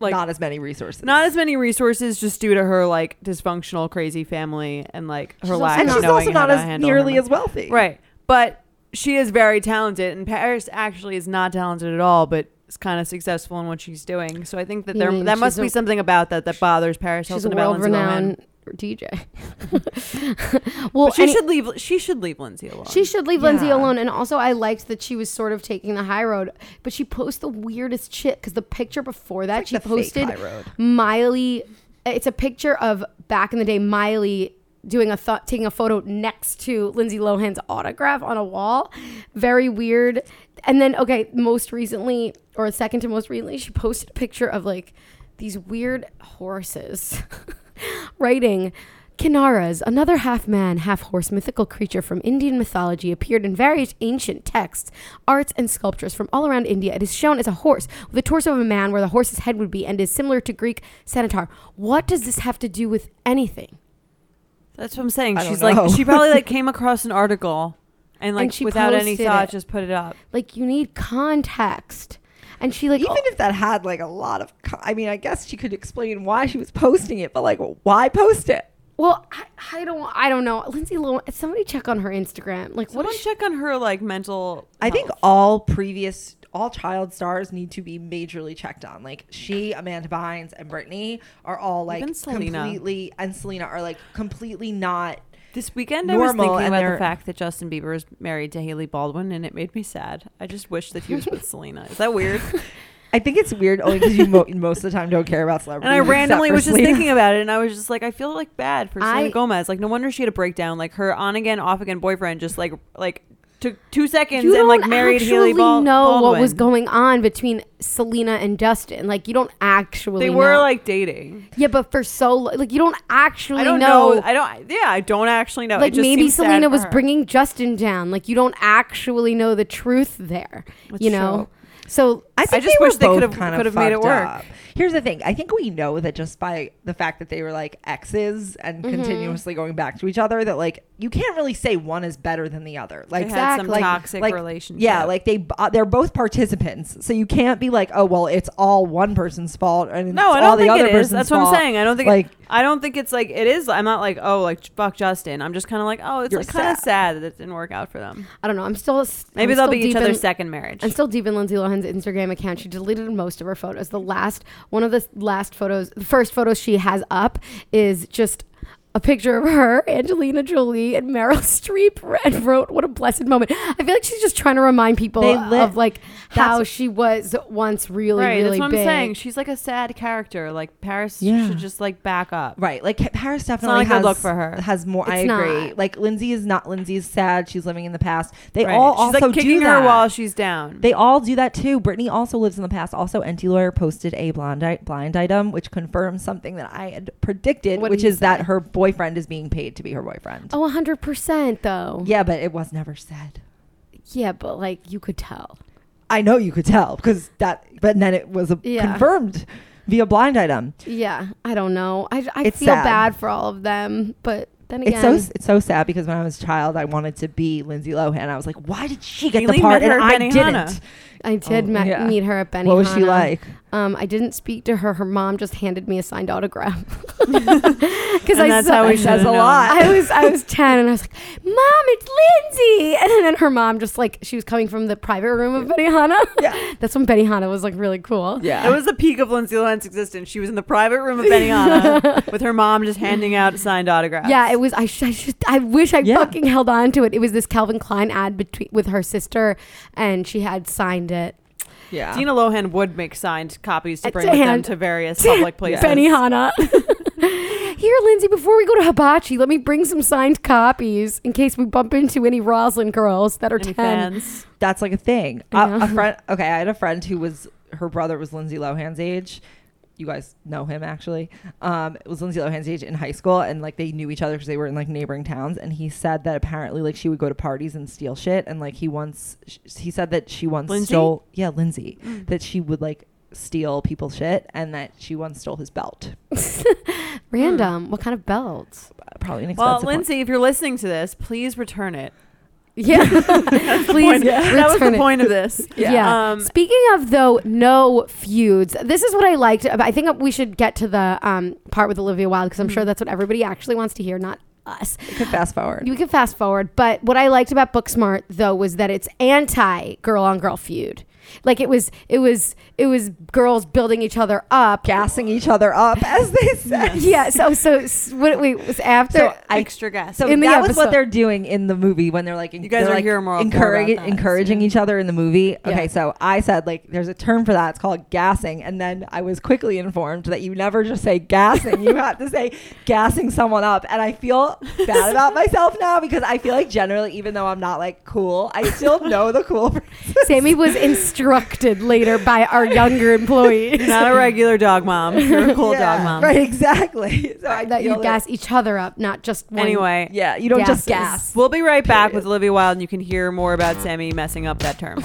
[SPEAKER 1] like
[SPEAKER 3] not as many resources.
[SPEAKER 1] not as many resources just due to her like dysfunctional crazy family and like her
[SPEAKER 2] also
[SPEAKER 1] lack
[SPEAKER 2] not-
[SPEAKER 1] of
[SPEAKER 3] and she's
[SPEAKER 1] knowing
[SPEAKER 3] also
[SPEAKER 1] how
[SPEAKER 3] not
[SPEAKER 1] to
[SPEAKER 3] as
[SPEAKER 1] handle
[SPEAKER 3] nearly
[SPEAKER 1] her
[SPEAKER 3] as wealthy.
[SPEAKER 1] Right. But she is very talented, and Paris actually is not talented at all, but is kind of successful in what she's doing. So I think that
[SPEAKER 2] You
[SPEAKER 1] there
[SPEAKER 2] mean
[SPEAKER 1] that must
[SPEAKER 2] she's a-
[SPEAKER 1] be something about that that bothers Paris
[SPEAKER 2] She's a
[SPEAKER 1] Hilton about
[SPEAKER 2] world
[SPEAKER 1] Lindsay Lohan.
[SPEAKER 2] renowned DJ. well,
[SPEAKER 1] But she
[SPEAKER 2] any-
[SPEAKER 1] should leave. She should leave Lindsay alone.
[SPEAKER 2] She should leave Lindsay
[SPEAKER 3] Yeah.
[SPEAKER 2] alone. And also, I liked that she was sort of taking the high road, but she posted the weirdest shit because the picture before that,
[SPEAKER 3] It's like
[SPEAKER 2] she
[SPEAKER 3] the fake
[SPEAKER 2] posted
[SPEAKER 3] high road.
[SPEAKER 2] Miley. It's a picture of back in the day, Miley doing a thought, taking a photo next to Lindsay Lohan's autograph on a wall. Very weird. And then, okay, most recently, or second to most recently, she posted a picture of like these weird horses writing. Kinaras, another half man, half horse mythical creature from Indian mythology, appeared in various ancient texts, arts, and sculptures from all around India. It is shown as a horse with the torso of a man where the horse's head would be and is similar to Greek centaur. What does this have to do with anything?
[SPEAKER 1] That's what I'm saying.
[SPEAKER 3] I don't
[SPEAKER 1] She's
[SPEAKER 3] know.
[SPEAKER 1] like she probably like came across an article, and like
[SPEAKER 2] she
[SPEAKER 1] without any
[SPEAKER 2] posted
[SPEAKER 1] thought,
[SPEAKER 2] it.
[SPEAKER 1] just put it up.
[SPEAKER 2] Like, you need context. And she, like,
[SPEAKER 3] Even if that had like a lot of, co- I mean, I guess she could explain why she was posting it, but like, why post it?
[SPEAKER 2] well, I, I don't, I don't know. Lindsay Lohan, somebody check on her Instagram. Like,
[SPEAKER 1] What Someone
[SPEAKER 2] what is
[SPEAKER 1] you
[SPEAKER 2] she?
[SPEAKER 1] check on her like mental.
[SPEAKER 3] I think
[SPEAKER 1] health.
[SPEAKER 3] all previous, all child stars need to be majorly checked on. Like she, Amanda Bynes, and Brittany are all like
[SPEAKER 1] Even Selena.
[SPEAKER 3] completely, and Selena are like completely not.
[SPEAKER 1] This weekend, I was
[SPEAKER 3] normal
[SPEAKER 1] thinking
[SPEAKER 3] and
[SPEAKER 1] about
[SPEAKER 3] they're-
[SPEAKER 1] the fact that Justin Bieber is married to Haley Baldwin, and it made me sad. I just wish that he was with Selena. Is that weird?
[SPEAKER 3] I think it's weird only because you mo- most of the time don't care about celebrities.
[SPEAKER 1] And I
[SPEAKER 3] except
[SPEAKER 1] randomly
[SPEAKER 3] for
[SPEAKER 1] was just
[SPEAKER 3] Selena.
[SPEAKER 1] thinking about it, and I was just like, I feel like bad for Selena
[SPEAKER 2] I-
[SPEAKER 1] Gomez. Like, no wonder she had a breakdown. Like her on again, off again boyfriend just like like took two seconds
[SPEAKER 2] you
[SPEAKER 1] and
[SPEAKER 2] don't
[SPEAKER 1] like married Haley
[SPEAKER 2] actually
[SPEAKER 1] Bal-
[SPEAKER 2] know
[SPEAKER 1] Baldwin.
[SPEAKER 2] what was going on between Selena and Justin. Like you don't actually.
[SPEAKER 1] They were
[SPEAKER 2] know.
[SPEAKER 1] like dating.
[SPEAKER 2] yeah, but for so lo- like you don't actually
[SPEAKER 1] I don't
[SPEAKER 2] know.
[SPEAKER 1] know. I don't. Yeah, I don't actually know.
[SPEAKER 2] like
[SPEAKER 1] It just
[SPEAKER 2] maybe
[SPEAKER 1] seems sad
[SPEAKER 2] Selena
[SPEAKER 1] for
[SPEAKER 2] was
[SPEAKER 1] her.
[SPEAKER 2] bringing Justin down. Like you don't actually know the truth there.
[SPEAKER 1] That's
[SPEAKER 2] you know. So
[SPEAKER 3] I, think
[SPEAKER 1] just
[SPEAKER 3] they
[SPEAKER 1] wish
[SPEAKER 3] were
[SPEAKER 1] they
[SPEAKER 3] both
[SPEAKER 1] could've-
[SPEAKER 3] kind of
[SPEAKER 1] could've made it
[SPEAKER 3] fucked
[SPEAKER 1] work.
[SPEAKER 3] up. Here's the thing: I think we know that just by the fact that they were like exes and
[SPEAKER 1] Mm-hmm.
[SPEAKER 3] continuously going back to each other, that like you can't really say one is better than the other. Like
[SPEAKER 1] They had some
[SPEAKER 2] Exactly.
[SPEAKER 1] toxic
[SPEAKER 3] like
[SPEAKER 1] relationship.
[SPEAKER 3] yeah, like they uh, they're both participants, so you can't be like, oh well, it's all one person's fault and
[SPEAKER 1] No,
[SPEAKER 3] it's
[SPEAKER 1] I
[SPEAKER 3] all
[SPEAKER 1] don't
[SPEAKER 3] the
[SPEAKER 1] think it
[SPEAKER 3] other
[SPEAKER 1] is.
[SPEAKER 3] person's
[SPEAKER 1] That's what
[SPEAKER 3] fault.
[SPEAKER 1] I'm saying. I don't think
[SPEAKER 3] like
[SPEAKER 1] like I don't think it's like it is. I'm not like oh like fuck Justin. I'm just kind of like oh it's
[SPEAKER 3] You're
[SPEAKER 1] like kind
[SPEAKER 3] sad.
[SPEAKER 1] of sad that it didn't work out for them.
[SPEAKER 2] I don't know. I'm still s- I'm
[SPEAKER 1] Maybe they'll
[SPEAKER 2] still
[SPEAKER 1] be each
[SPEAKER 2] deep in-
[SPEAKER 1] other's second marriage.
[SPEAKER 2] I'm still deep in Lindsay Lohan's Instagram account. She deleted most of her photos. The last one of the last photos, the first photo she has up is just a picture of her, Angelina Jolie, and Meryl Streep, and wrote, "What a blessed moment." I feel like she's just trying to remind people
[SPEAKER 3] They lit-
[SPEAKER 2] of like how
[SPEAKER 3] that's-
[SPEAKER 2] she was once really,
[SPEAKER 1] right,
[SPEAKER 2] really
[SPEAKER 1] that's what
[SPEAKER 2] big.
[SPEAKER 1] I'm saying. She's like a sad character. Like Paris
[SPEAKER 3] Yeah.
[SPEAKER 1] should just like back up.
[SPEAKER 3] Right, like Paris definitely
[SPEAKER 1] not a good
[SPEAKER 3] has
[SPEAKER 1] look for her.
[SPEAKER 3] Has more. I
[SPEAKER 2] It's not.
[SPEAKER 3] agree. Like Lindsay is not. Lindsay's sad. She's living in the past. They
[SPEAKER 1] Right.
[SPEAKER 3] all
[SPEAKER 1] she's
[SPEAKER 3] also
[SPEAKER 1] like
[SPEAKER 3] do
[SPEAKER 1] kicking
[SPEAKER 3] that.
[SPEAKER 1] her while she's down.
[SPEAKER 3] They all do that too. Brittany also lives in the past. Also, Empty Lawyer posted a blind, i- blind item, which confirms something that I had predicted,
[SPEAKER 2] What did
[SPEAKER 3] which
[SPEAKER 2] he
[SPEAKER 3] is that
[SPEAKER 2] say?
[SPEAKER 3] her boyfriend is being paid to be her boyfriend.
[SPEAKER 2] Oh, 100 percent though.
[SPEAKER 3] Yeah, but it was never said.
[SPEAKER 2] Yeah, but like you could tell.
[SPEAKER 3] I know you could tell because that, but then it was a
[SPEAKER 2] Yeah.
[SPEAKER 3] confirmed via blind item.
[SPEAKER 2] Yeah, I don't know. I, I
[SPEAKER 3] It's
[SPEAKER 2] feel
[SPEAKER 3] sad.
[SPEAKER 2] bad for all of them, but then again,
[SPEAKER 3] It's so it's so sad because when I was a child, I wanted to be Lindsay Lohan. I was like, why did she get
[SPEAKER 1] Aileen
[SPEAKER 3] the part
[SPEAKER 1] met her
[SPEAKER 3] and
[SPEAKER 1] at
[SPEAKER 3] I
[SPEAKER 1] Benihana.
[SPEAKER 3] didn't?
[SPEAKER 2] I did
[SPEAKER 3] Oh,
[SPEAKER 2] ma-
[SPEAKER 3] yeah.
[SPEAKER 2] meet her at Benny.
[SPEAKER 3] What was she like?
[SPEAKER 2] Um, I didn't speak to her. Her mom just handed me a signed autograph. Because
[SPEAKER 1] And that's how we should
[SPEAKER 3] says
[SPEAKER 1] have
[SPEAKER 3] a
[SPEAKER 1] known.
[SPEAKER 3] lot.
[SPEAKER 2] I was I was ten and I was like, Mom, it's Lindsay. And then her mom just like she was coming from the private room of Benihana.
[SPEAKER 3] Yeah.
[SPEAKER 2] That's when Benihana was like really cool.
[SPEAKER 3] Yeah,
[SPEAKER 1] That was the peak of Lindsay Lohan's existence. She was in the private room of Benihana with her mom just handing out signed autographs.
[SPEAKER 2] Yeah, it was. I should. I, should, I wish I
[SPEAKER 3] Yeah.
[SPEAKER 2] fucking held on to it. It was this Calvin Klein ad between with her sister, and she had signed it.
[SPEAKER 3] yeah.
[SPEAKER 1] Dina Lohan would make signed copies to
[SPEAKER 2] Uh,
[SPEAKER 1] bring
[SPEAKER 2] to
[SPEAKER 1] with them
[SPEAKER 2] hand-
[SPEAKER 1] to various public places.
[SPEAKER 2] Benihana. Here, Lindsay. Before we go to Hibachi, let me bring some signed copies in case we bump into any Roslyn girls that are
[SPEAKER 1] Any
[SPEAKER 2] ten. Hmm.
[SPEAKER 1] fans?
[SPEAKER 3] that's like a thing.
[SPEAKER 2] I
[SPEAKER 3] A,
[SPEAKER 2] know.
[SPEAKER 3] a friend, okay, I had a friend who was her brother was Lindsay Lohan's age. You guys know him actually. Um, it was Lindsay Lohan's age in high school, and like they knew each other because they were in like neighboring towns. And he said that apparently like she would go to parties and steal shit, and like he once sh- he said that she once
[SPEAKER 1] Lindsay?
[SPEAKER 3] stole yeah Lindsay
[SPEAKER 2] Mm.
[SPEAKER 3] that she would like steal people's shit, and that she once stole his belt,
[SPEAKER 2] Random. What kind of belts?
[SPEAKER 3] probably an
[SPEAKER 1] Well,
[SPEAKER 3] expensive one.
[SPEAKER 1] Lindsay, if you're listening to this, please return it.
[SPEAKER 2] Yeah. Please.
[SPEAKER 1] Point- That was
[SPEAKER 2] return
[SPEAKER 1] the
[SPEAKER 2] it.
[SPEAKER 1] point of this.
[SPEAKER 2] Yeah.
[SPEAKER 1] Um,
[SPEAKER 2] Speaking of though, no feuds. This is what I liked. about- I think we should get to the um, part with Olivia Wilde because I'm
[SPEAKER 1] Mm-hmm.
[SPEAKER 2] sure that's what everybody actually wants to hear, not us.
[SPEAKER 3] You could fast forward.
[SPEAKER 2] You can fast forward, but what I liked about Booksmart though was that it's anti girl on girl feud. Like it was, it was, it was girls building each other up.
[SPEAKER 3] gassing each other up as they said.
[SPEAKER 2] Yeah. So, so s- what? Wait, it was after?
[SPEAKER 3] So I
[SPEAKER 1] Extra guest.
[SPEAKER 3] So
[SPEAKER 2] in the
[SPEAKER 3] that was what
[SPEAKER 2] episode.
[SPEAKER 3] they're doing in the movie when they're like, you
[SPEAKER 1] guys
[SPEAKER 3] they're
[SPEAKER 1] are
[SPEAKER 3] like
[SPEAKER 1] here more- more
[SPEAKER 3] encourage-
[SPEAKER 1] about that,
[SPEAKER 3] encouraging
[SPEAKER 1] yeah.
[SPEAKER 3] each other in the movie. Okay,
[SPEAKER 2] Yeah.
[SPEAKER 3] so I said like, there's a term for that. It's called gassing, and then I was quickly informed that you never just say gassing. you have to say gassing someone up, and I feel bad about myself now because I feel like generally, even though I'm not like cool, I still know the cool. person.
[SPEAKER 2] Sammy was instructed later by our younger employees
[SPEAKER 1] Not a regular dog mom. You're a cool
[SPEAKER 3] Yeah,
[SPEAKER 1] dog mom.
[SPEAKER 3] right? Exactly. So I
[SPEAKER 2] that
[SPEAKER 3] feel
[SPEAKER 2] you gas each other up, not just one.
[SPEAKER 1] Anyway,
[SPEAKER 3] Yeah, you don't
[SPEAKER 2] Gases.
[SPEAKER 3] just gas.
[SPEAKER 1] we'll be right back with Olivia Wilde, and you can hear more about Sammy messing up that term.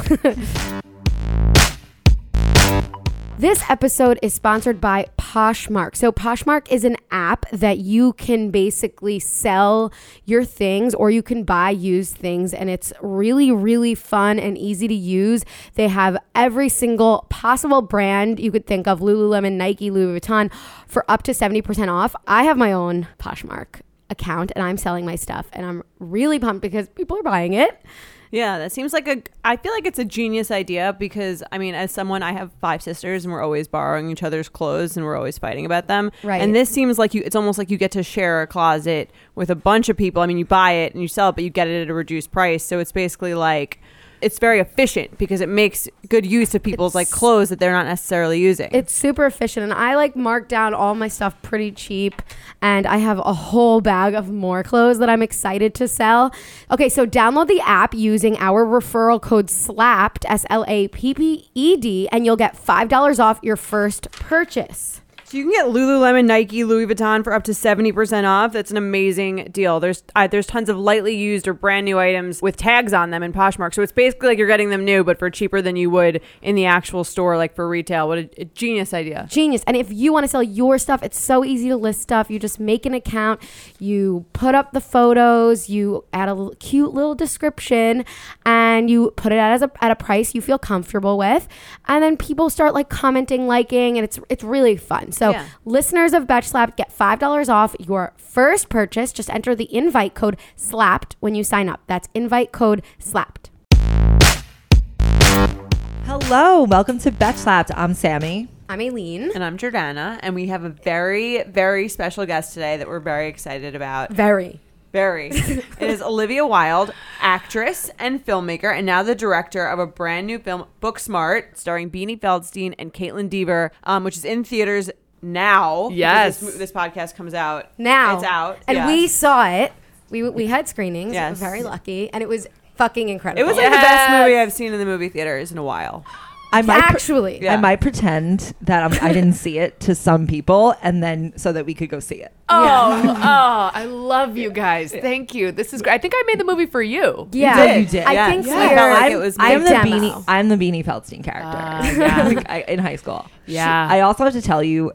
[SPEAKER 2] This episode is sponsored by Poshmark. So, Poshmark is an app that you can basically sell your things or you can buy used things, and it's really, really fun and easy to use. They have every single possible brand you could think of Lululemon, Nike, Louis Vuitton for up to 70% off. I have my own Poshmark account and I'm selling my stuff, and I'm really pumped because people are buying it.
[SPEAKER 1] Yeah, that seems like a. I feel like it's a genius idea because I mean, as someone, I have five sisters, and we're always borrowing each other's clothes, and we're always fighting about them.
[SPEAKER 2] Right.
[SPEAKER 1] And this seems like you. It's almost like you get to share a closet with a bunch of people. I mean, you buy it and you sell it, but you get it at a reduced price. So it's basically like. It's very efficient because it makes good use of people's like clothes that they're not necessarily using.
[SPEAKER 2] It's super efficient, and I like mark down all my stuff pretty cheap. And I have a whole bag of more clothes that I'm excited to sell. Okay, so download the app using our referral code SLAPPED, S L A P P E D, and you'll get $5 off your first purchase.
[SPEAKER 1] So you can get Lululemon, Nike, Louis Vuitton for up to 70% off. That's an amazing deal. There's uh, there's tons of lightly used or brand new items with tags on them in Poshmark. So it's basically like you're getting them new but for cheaper than you would in the actual store like for retail. What a, a genius idea.
[SPEAKER 2] Genius. And if you want to sell your stuff, it's so easy to list stuff. You just make an account, you put up the photos, you add a l- cute little description, and you put it out as a, at a price you feel comfortable with. And then people start like commenting, liking, and it's it's really fun. So
[SPEAKER 1] Yeah.
[SPEAKER 2] listeners of Betch Slap get $5 off your first purchase. Just enter the invite code SLAPPED when you sign up. That's invite code SLAPPED.
[SPEAKER 3] Hello, welcome to Betch Slapped. I'm Sammy.
[SPEAKER 2] I'm Aileen.
[SPEAKER 1] And I'm Jordana and we have a very very special guest today that we're very excited about.
[SPEAKER 2] Very.
[SPEAKER 1] Very. it is Olivia Wilde, actress and filmmaker, and now the director of a brand new film, Booksmart, starring Beanie Feldstein and Caitlin Deaver, um, which is in theaters now. because
[SPEAKER 6] Yes.
[SPEAKER 1] This, mo- this podcast comes out.
[SPEAKER 2] now
[SPEAKER 1] It's out.
[SPEAKER 2] and
[SPEAKER 1] yeah.
[SPEAKER 2] we saw it we, we had screenings We
[SPEAKER 1] Yes.
[SPEAKER 2] we're very lucky and it was fucking incredible
[SPEAKER 1] It was like the best movie I've seen in the movie theaters in a while.
[SPEAKER 3] I might pre-
[SPEAKER 2] Actually.
[SPEAKER 3] I might pretend that I'm, I didn't see it to some people, and then so that we could go see it.
[SPEAKER 6] Oh, oh, I love you guys. Thank you. This is great. I think I made the movie for you.
[SPEAKER 2] Yeah,
[SPEAKER 3] did, you did.
[SPEAKER 2] I
[SPEAKER 1] Yeah.
[SPEAKER 2] think
[SPEAKER 1] Yeah.
[SPEAKER 2] so.
[SPEAKER 1] I felt like
[SPEAKER 3] I'm,
[SPEAKER 1] it was
[SPEAKER 2] I
[SPEAKER 3] I'm the
[SPEAKER 2] demo.
[SPEAKER 3] beanie. I'm the Beanie Feldstein character
[SPEAKER 6] Ah, yeah.
[SPEAKER 3] Like, I- in high school.
[SPEAKER 6] Yeah.
[SPEAKER 3] I also have to tell you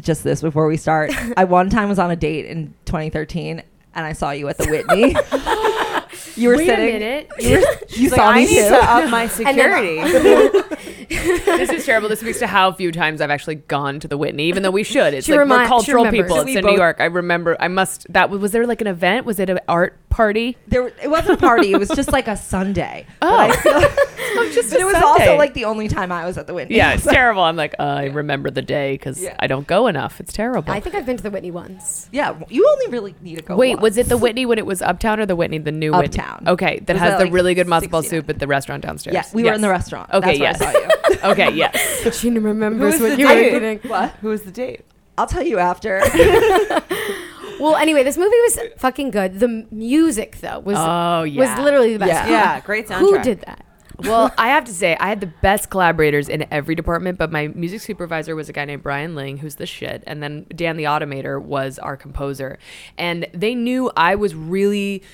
[SPEAKER 3] just this before we start. I one time was on a date in 2013, and I saw you at the Whitney. you were
[SPEAKER 2] Wait a
[SPEAKER 3] sitting.
[SPEAKER 2] minute.
[SPEAKER 3] You, were, you
[SPEAKER 1] Like,
[SPEAKER 3] saw
[SPEAKER 1] I
[SPEAKER 3] me
[SPEAKER 1] need
[SPEAKER 3] too.
[SPEAKER 1] to up my security.
[SPEAKER 2] then-
[SPEAKER 6] This is terrible. This speaks to how few times I've actually gone to the Whitney, even though we should. It's
[SPEAKER 2] She
[SPEAKER 6] like
[SPEAKER 2] remi-
[SPEAKER 6] we're
[SPEAKER 2] she
[SPEAKER 6] cultural
[SPEAKER 2] remembers.
[SPEAKER 6] people.
[SPEAKER 2] So
[SPEAKER 6] It's
[SPEAKER 1] we
[SPEAKER 6] in
[SPEAKER 1] both-
[SPEAKER 6] New York. I remember. I must. That was, was there like an event? Was it an art party?
[SPEAKER 3] there, it wasn't a party. It was just like a Sunday. Oh, but I feel,
[SPEAKER 6] just
[SPEAKER 3] but it was
[SPEAKER 6] Sunday.
[SPEAKER 3] also like the only time I was at the Whitney.
[SPEAKER 6] Yeah, it's terrible. I'm like, uh, I remember the day because I don't go enough. It's terrible.
[SPEAKER 2] I think I've been to the Whitney once.
[SPEAKER 3] yeah. You only really need to go.
[SPEAKER 6] Wait,
[SPEAKER 3] once.
[SPEAKER 6] was it the Whitney when it was Uptown or the Whitney, the new Whitney?
[SPEAKER 3] Uptown.
[SPEAKER 6] Okay, that
[SPEAKER 3] Was
[SPEAKER 6] has
[SPEAKER 3] that,
[SPEAKER 6] the
[SPEAKER 3] like,
[SPEAKER 6] really good matzo
[SPEAKER 3] 69?
[SPEAKER 6] ball soup at the restaurant downstairs.
[SPEAKER 3] Yeah, we were in the restaurant.
[SPEAKER 6] Okay,
[SPEAKER 3] That's where I
[SPEAKER 6] yes.
[SPEAKER 3] saw you.
[SPEAKER 6] okay, yes.
[SPEAKER 2] She remembers what you were eating.
[SPEAKER 3] What?
[SPEAKER 1] Who was the date?
[SPEAKER 3] I'll tell you after.
[SPEAKER 2] Well, anyway, this movie was fucking good. The m- music though was
[SPEAKER 6] Oh, yeah.
[SPEAKER 2] was literally the best.
[SPEAKER 3] Yeah.
[SPEAKER 2] Who-
[SPEAKER 1] Yeah, great soundtrack.
[SPEAKER 2] Who did that?
[SPEAKER 6] Well, I have to say, I had the best collaborators in every department, but my music supervisor was a guy named Brian Ling, who's the shit. And then Dan the Automator was our composer. And they knew I was really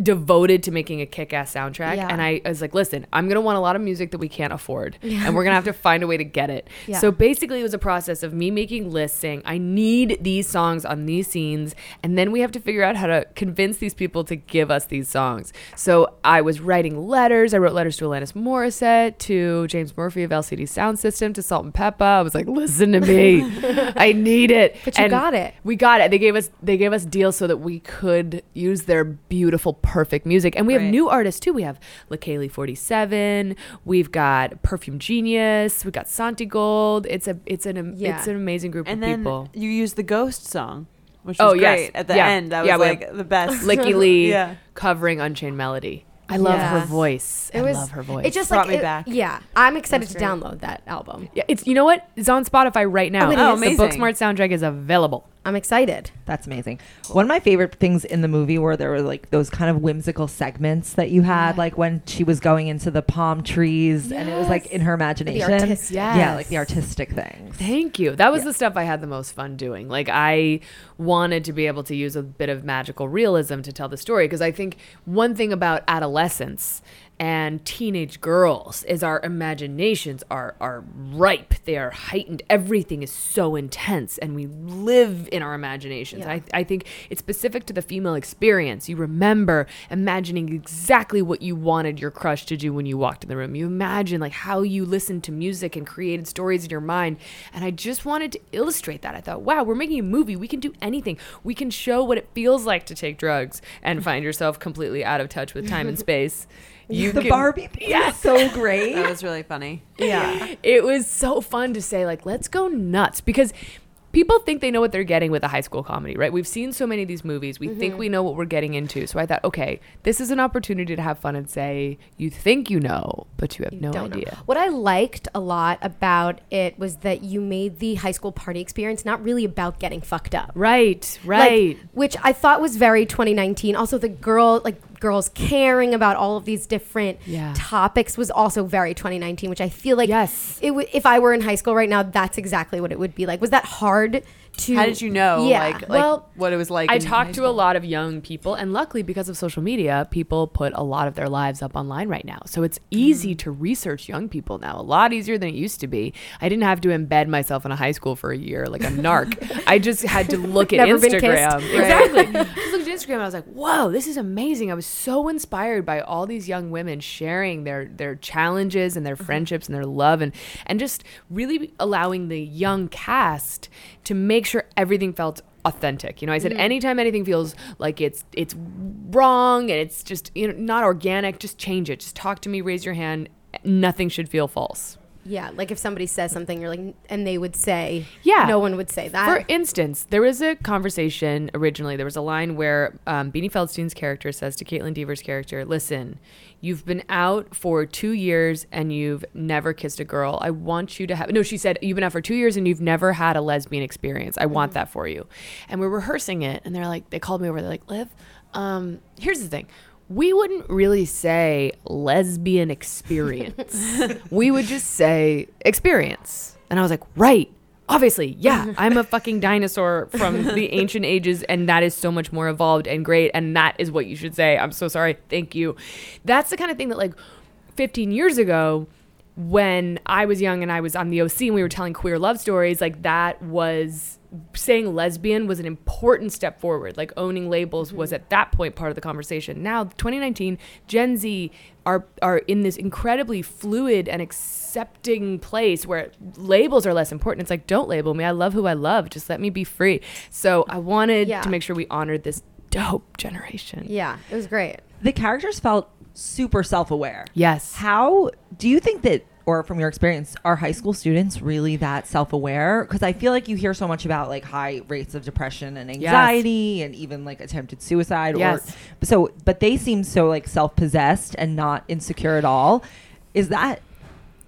[SPEAKER 6] devoted to making a kick ass soundtrack.
[SPEAKER 2] Yeah.
[SPEAKER 6] And I, I was like, listen, I'm going to want a lot of music that we can't afford. And we're going to have to find a way to get it.
[SPEAKER 2] Yeah.
[SPEAKER 6] So basically, it was a process of me making lists saying, I need these songs on these scenes. And then we have to figure out how to convince these people to give us these songs. So I was writing letters. I wrote letters to Alanis Morissette, to James Murphy of LCD Sound System, to Salt and Peppa. I was like, listen to me. I need it.
[SPEAKER 2] But you got it.
[SPEAKER 6] We got it. They gave us they gave us deals so that we could use their beautiful, perfect music. And we have new artists too. We have LaKaylee Forty Seven. We've got Perfume Genius. We've got Santi Gold. It's a it's an am-
[SPEAKER 2] Yeah.
[SPEAKER 6] it's an amazing group
[SPEAKER 1] And
[SPEAKER 6] of
[SPEAKER 1] then
[SPEAKER 6] people.
[SPEAKER 1] you used the ghost song, which was
[SPEAKER 6] Oh, yes.
[SPEAKER 1] great at the
[SPEAKER 6] Yeah.
[SPEAKER 1] end. That was
[SPEAKER 6] Yeah, we
[SPEAKER 1] like
[SPEAKER 6] have-
[SPEAKER 1] the best.
[SPEAKER 6] Licky Lee
[SPEAKER 1] Yeah.
[SPEAKER 6] covering Unchained Melody. I love
[SPEAKER 2] Yeah.
[SPEAKER 6] her voice.
[SPEAKER 2] It
[SPEAKER 6] I
[SPEAKER 2] was
[SPEAKER 6] love her voice.
[SPEAKER 2] It just
[SPEAKER 1] Brought me
[SPEAKER 2] like it-
[SPEAKER 1] back.
[SPEAKER 2] Yeah, I'm excited to download that album.
[SPEAKER 6] yeah, it's you know what? It's on Spotify right now.
[SPEAKER 2] Oh, it
[SPEAKER 1] Oh,
[SPEAKER 2] is.
[SPEAKER 6] the
[SPEAKER 1] amazing.
[SPEAKER 6] Booksmart soundtrack is available.
[SPEAKER 2] I'm excited.
[SPEAKER 3] That's amazing. One of my favorite things in the movie were there were like those kind of whimsical segments that you had, like when she was going into the palm trees and it was like in her imagination.
[SPEAKER 2] artis-
[SPEAKER 3] Yeah, like the
[SPEAKER 2] yes.
[SPEAKER 3] artistic things.
[SPEAKER 6] Thank you. That was the stuff I had the most fun doing. Like I wanted to be able to use a bit of magical realism to tell the story because I think one thing about adolescence and teenage girls is our imaginations are are ripe. They are heightened. Everything is so intense and we live in our imaginations.
[SPEAKER 2] Yeah.
[SPEAKER 6] I I think it's specific to the female experience. You remember imagining exactly what you wanted your crush to do when you walked in the room. You imagine like how you listened to music and created stories in your mind. And I just wanted to illustrate that. I thought, wow, we're making a movie. We can do anything. We can show what it feels like to take drugs and find yourself completely out of touch with time and space. You
[SPEAKER 3] the
[SPEAKER 6] can-
[SPEAKER 3] Barbie yeah, so great.
[SPEAKER 1] That was really funny.
[SPEAKER 6] it was so fun to say like let's go nuts because people think they know what they're getting with a high school comedy right we've seen so many of these movies we think
[SPEAKER 2] Mm-hmm.
[SPEAKER 6] we know what we're getting into so i thought okay this is an opportunity to have fun and say you think you know but you have no
[SPEAKER 2] Don't know.
[SPEAKER 6] idea
[SPEAKER 2] What I liked a lot about it was that you made the high school party experience not really about getting fucked up.
[SPEAKER 6] right
[SPEAKER 2] Like,
[SPEAKER 6] right
[SPEAKER 2] which I thought was very 2019. Also, the girl, like girls caring about all of these different
[SPEAKER 6] Yeah.
[SPEAKER 2] topics was also very 2019, which I feel like
[SPEAKER 6] Yes.
[SPEAKER 2] it w- if I were in high school right now, that's exactly what it would be like. Was that hard to?
[SPEAKER 1] How did you know?
[SPEAKER 2] Yeah.
[SPEAKER 1] Like, like
[SPEAKER 6] Well,
[SPEAKER 1] what it was like.
[SPEAKER 6] I
[SPEAKER 1] in
[SPEAKER 6] talk
[SPEAKER 1] high
[SPEAKER 6] to a lot of young people, and luckily, because of social media, people put a lot of their lives up online right now. So it's easy to research young people now, a lot easier than it used to be. I didn't have to embed myself in a high school for a year like a narc. I just had to look at
[SPEAKER 2] Never been kissed.
[SPEAKER 6] Instagram.
[SPEAKER 2] Right.
[SPEAKER 6] Exactly. I just looked at Instagram and I was like, whoa, this is amazing. I was so inspired by all these young women sharing their their challenges and their friendships and their love and and just really allowing the young cast to make sure everything felt authentic. You know, I said anytime anything feels like it's it's wrong and it's just you know not organic, just change it. Just talk to me, raise your hand. Nothing should feel false.
[SPEAKER 2] Yeah, like if somebody says something, you're like, and they would say,
[SPEAKER 6] Yeah.
[SPEAKER 2] no one would say
[SPEAKER 6] For
[SPEAKER 2] that.
[SPEAKER 6] instance, there was a conversation originally. There was a line where um, Beanie Feldstein's character says to Caitlin Deaver's character, "Listen, you've been out for two years and you've never kissed a girl. I want you to have." No, she said, "You've been out for two years and you've never had a lesbian experience. I want that for you." And we're rehearsing it, and they're like, they called me over. They're like, "Liv, um, here's the thing." we wouldn't really say lesbian experience. we would just say experience. And I was like, right. Obviously, yeah, I'm a fucking dinosaur from the ancient ages, and that is so much more evolved and great, and that is what you should say. I'm so sorry. Thank you. That's the kind of thing that, like, 15 years ago, when I was young and I was on the OC and we were telling queer love stories, like that was saying lesbian was an important step forward. Like owning labels was
[SPEAKER 2] Mm-hmm.
[SPEAKER 6] at that point part of the conversation. Now, 2019, Gen Z are are in this incredibly fluid and accepting place where labels are less important. It's like don't label me. I love who I love. Just let me be free. So I wanted
[SPEAKER 2] Yeah.
[SPEAKER 6] to make sure we honored this dope generation.
[SPEAKER 2] Yeah, it was great.
[SPEAKER 3] the characters felt super self-aware.
[SPEAKER 6] Yes.
[SPEAKER 3] How do you think that or from your experience are high school students really that self-aware because I feel like you hear so much about like high rates of depression and anxiety and even like attempted suicide
[SPEAKER 6] Yes.
[SPEAKER 3] or so but they seem so like self-possessed and not insecure at all. Is that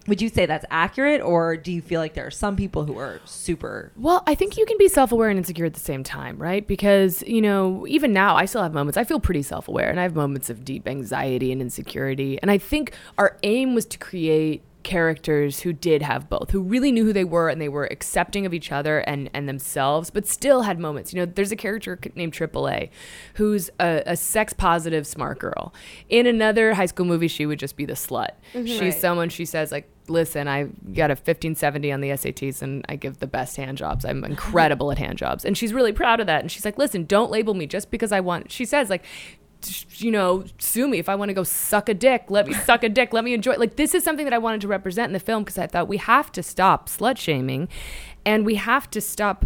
[SPEAKER 3] would you say that's accurate or do you feel like there are some people who are super
[SPEAKER 6] Well, I think you can be self aware and insecure at the same time, right? Because, you know, even now I still have moments. I feel pretty self aware and I have moments of deep anxiety and insecurity. And I think our aim was to create characters who did have both, who really knew who they were and they were accepting of each other and, and themselves, but still had moments. You know, there's a character c- named AAA who's a, a sex positive smart girl. In another high school movie, she would just be the slut. She's someone she says, like, listen, I got a 1570 on the SATs and I give the best hand jobs. I'm incredible at hand jobs. And she's really proud of that. And she's like, listen, don't label me just because I want, she says, like, "Sh- you know, sue me if I want to go suck a dick. Let me suck a dick. Let me enjoy. Like, this is something that I wanted to represent in the film because I thought we have to stop slut shaming and we have to stop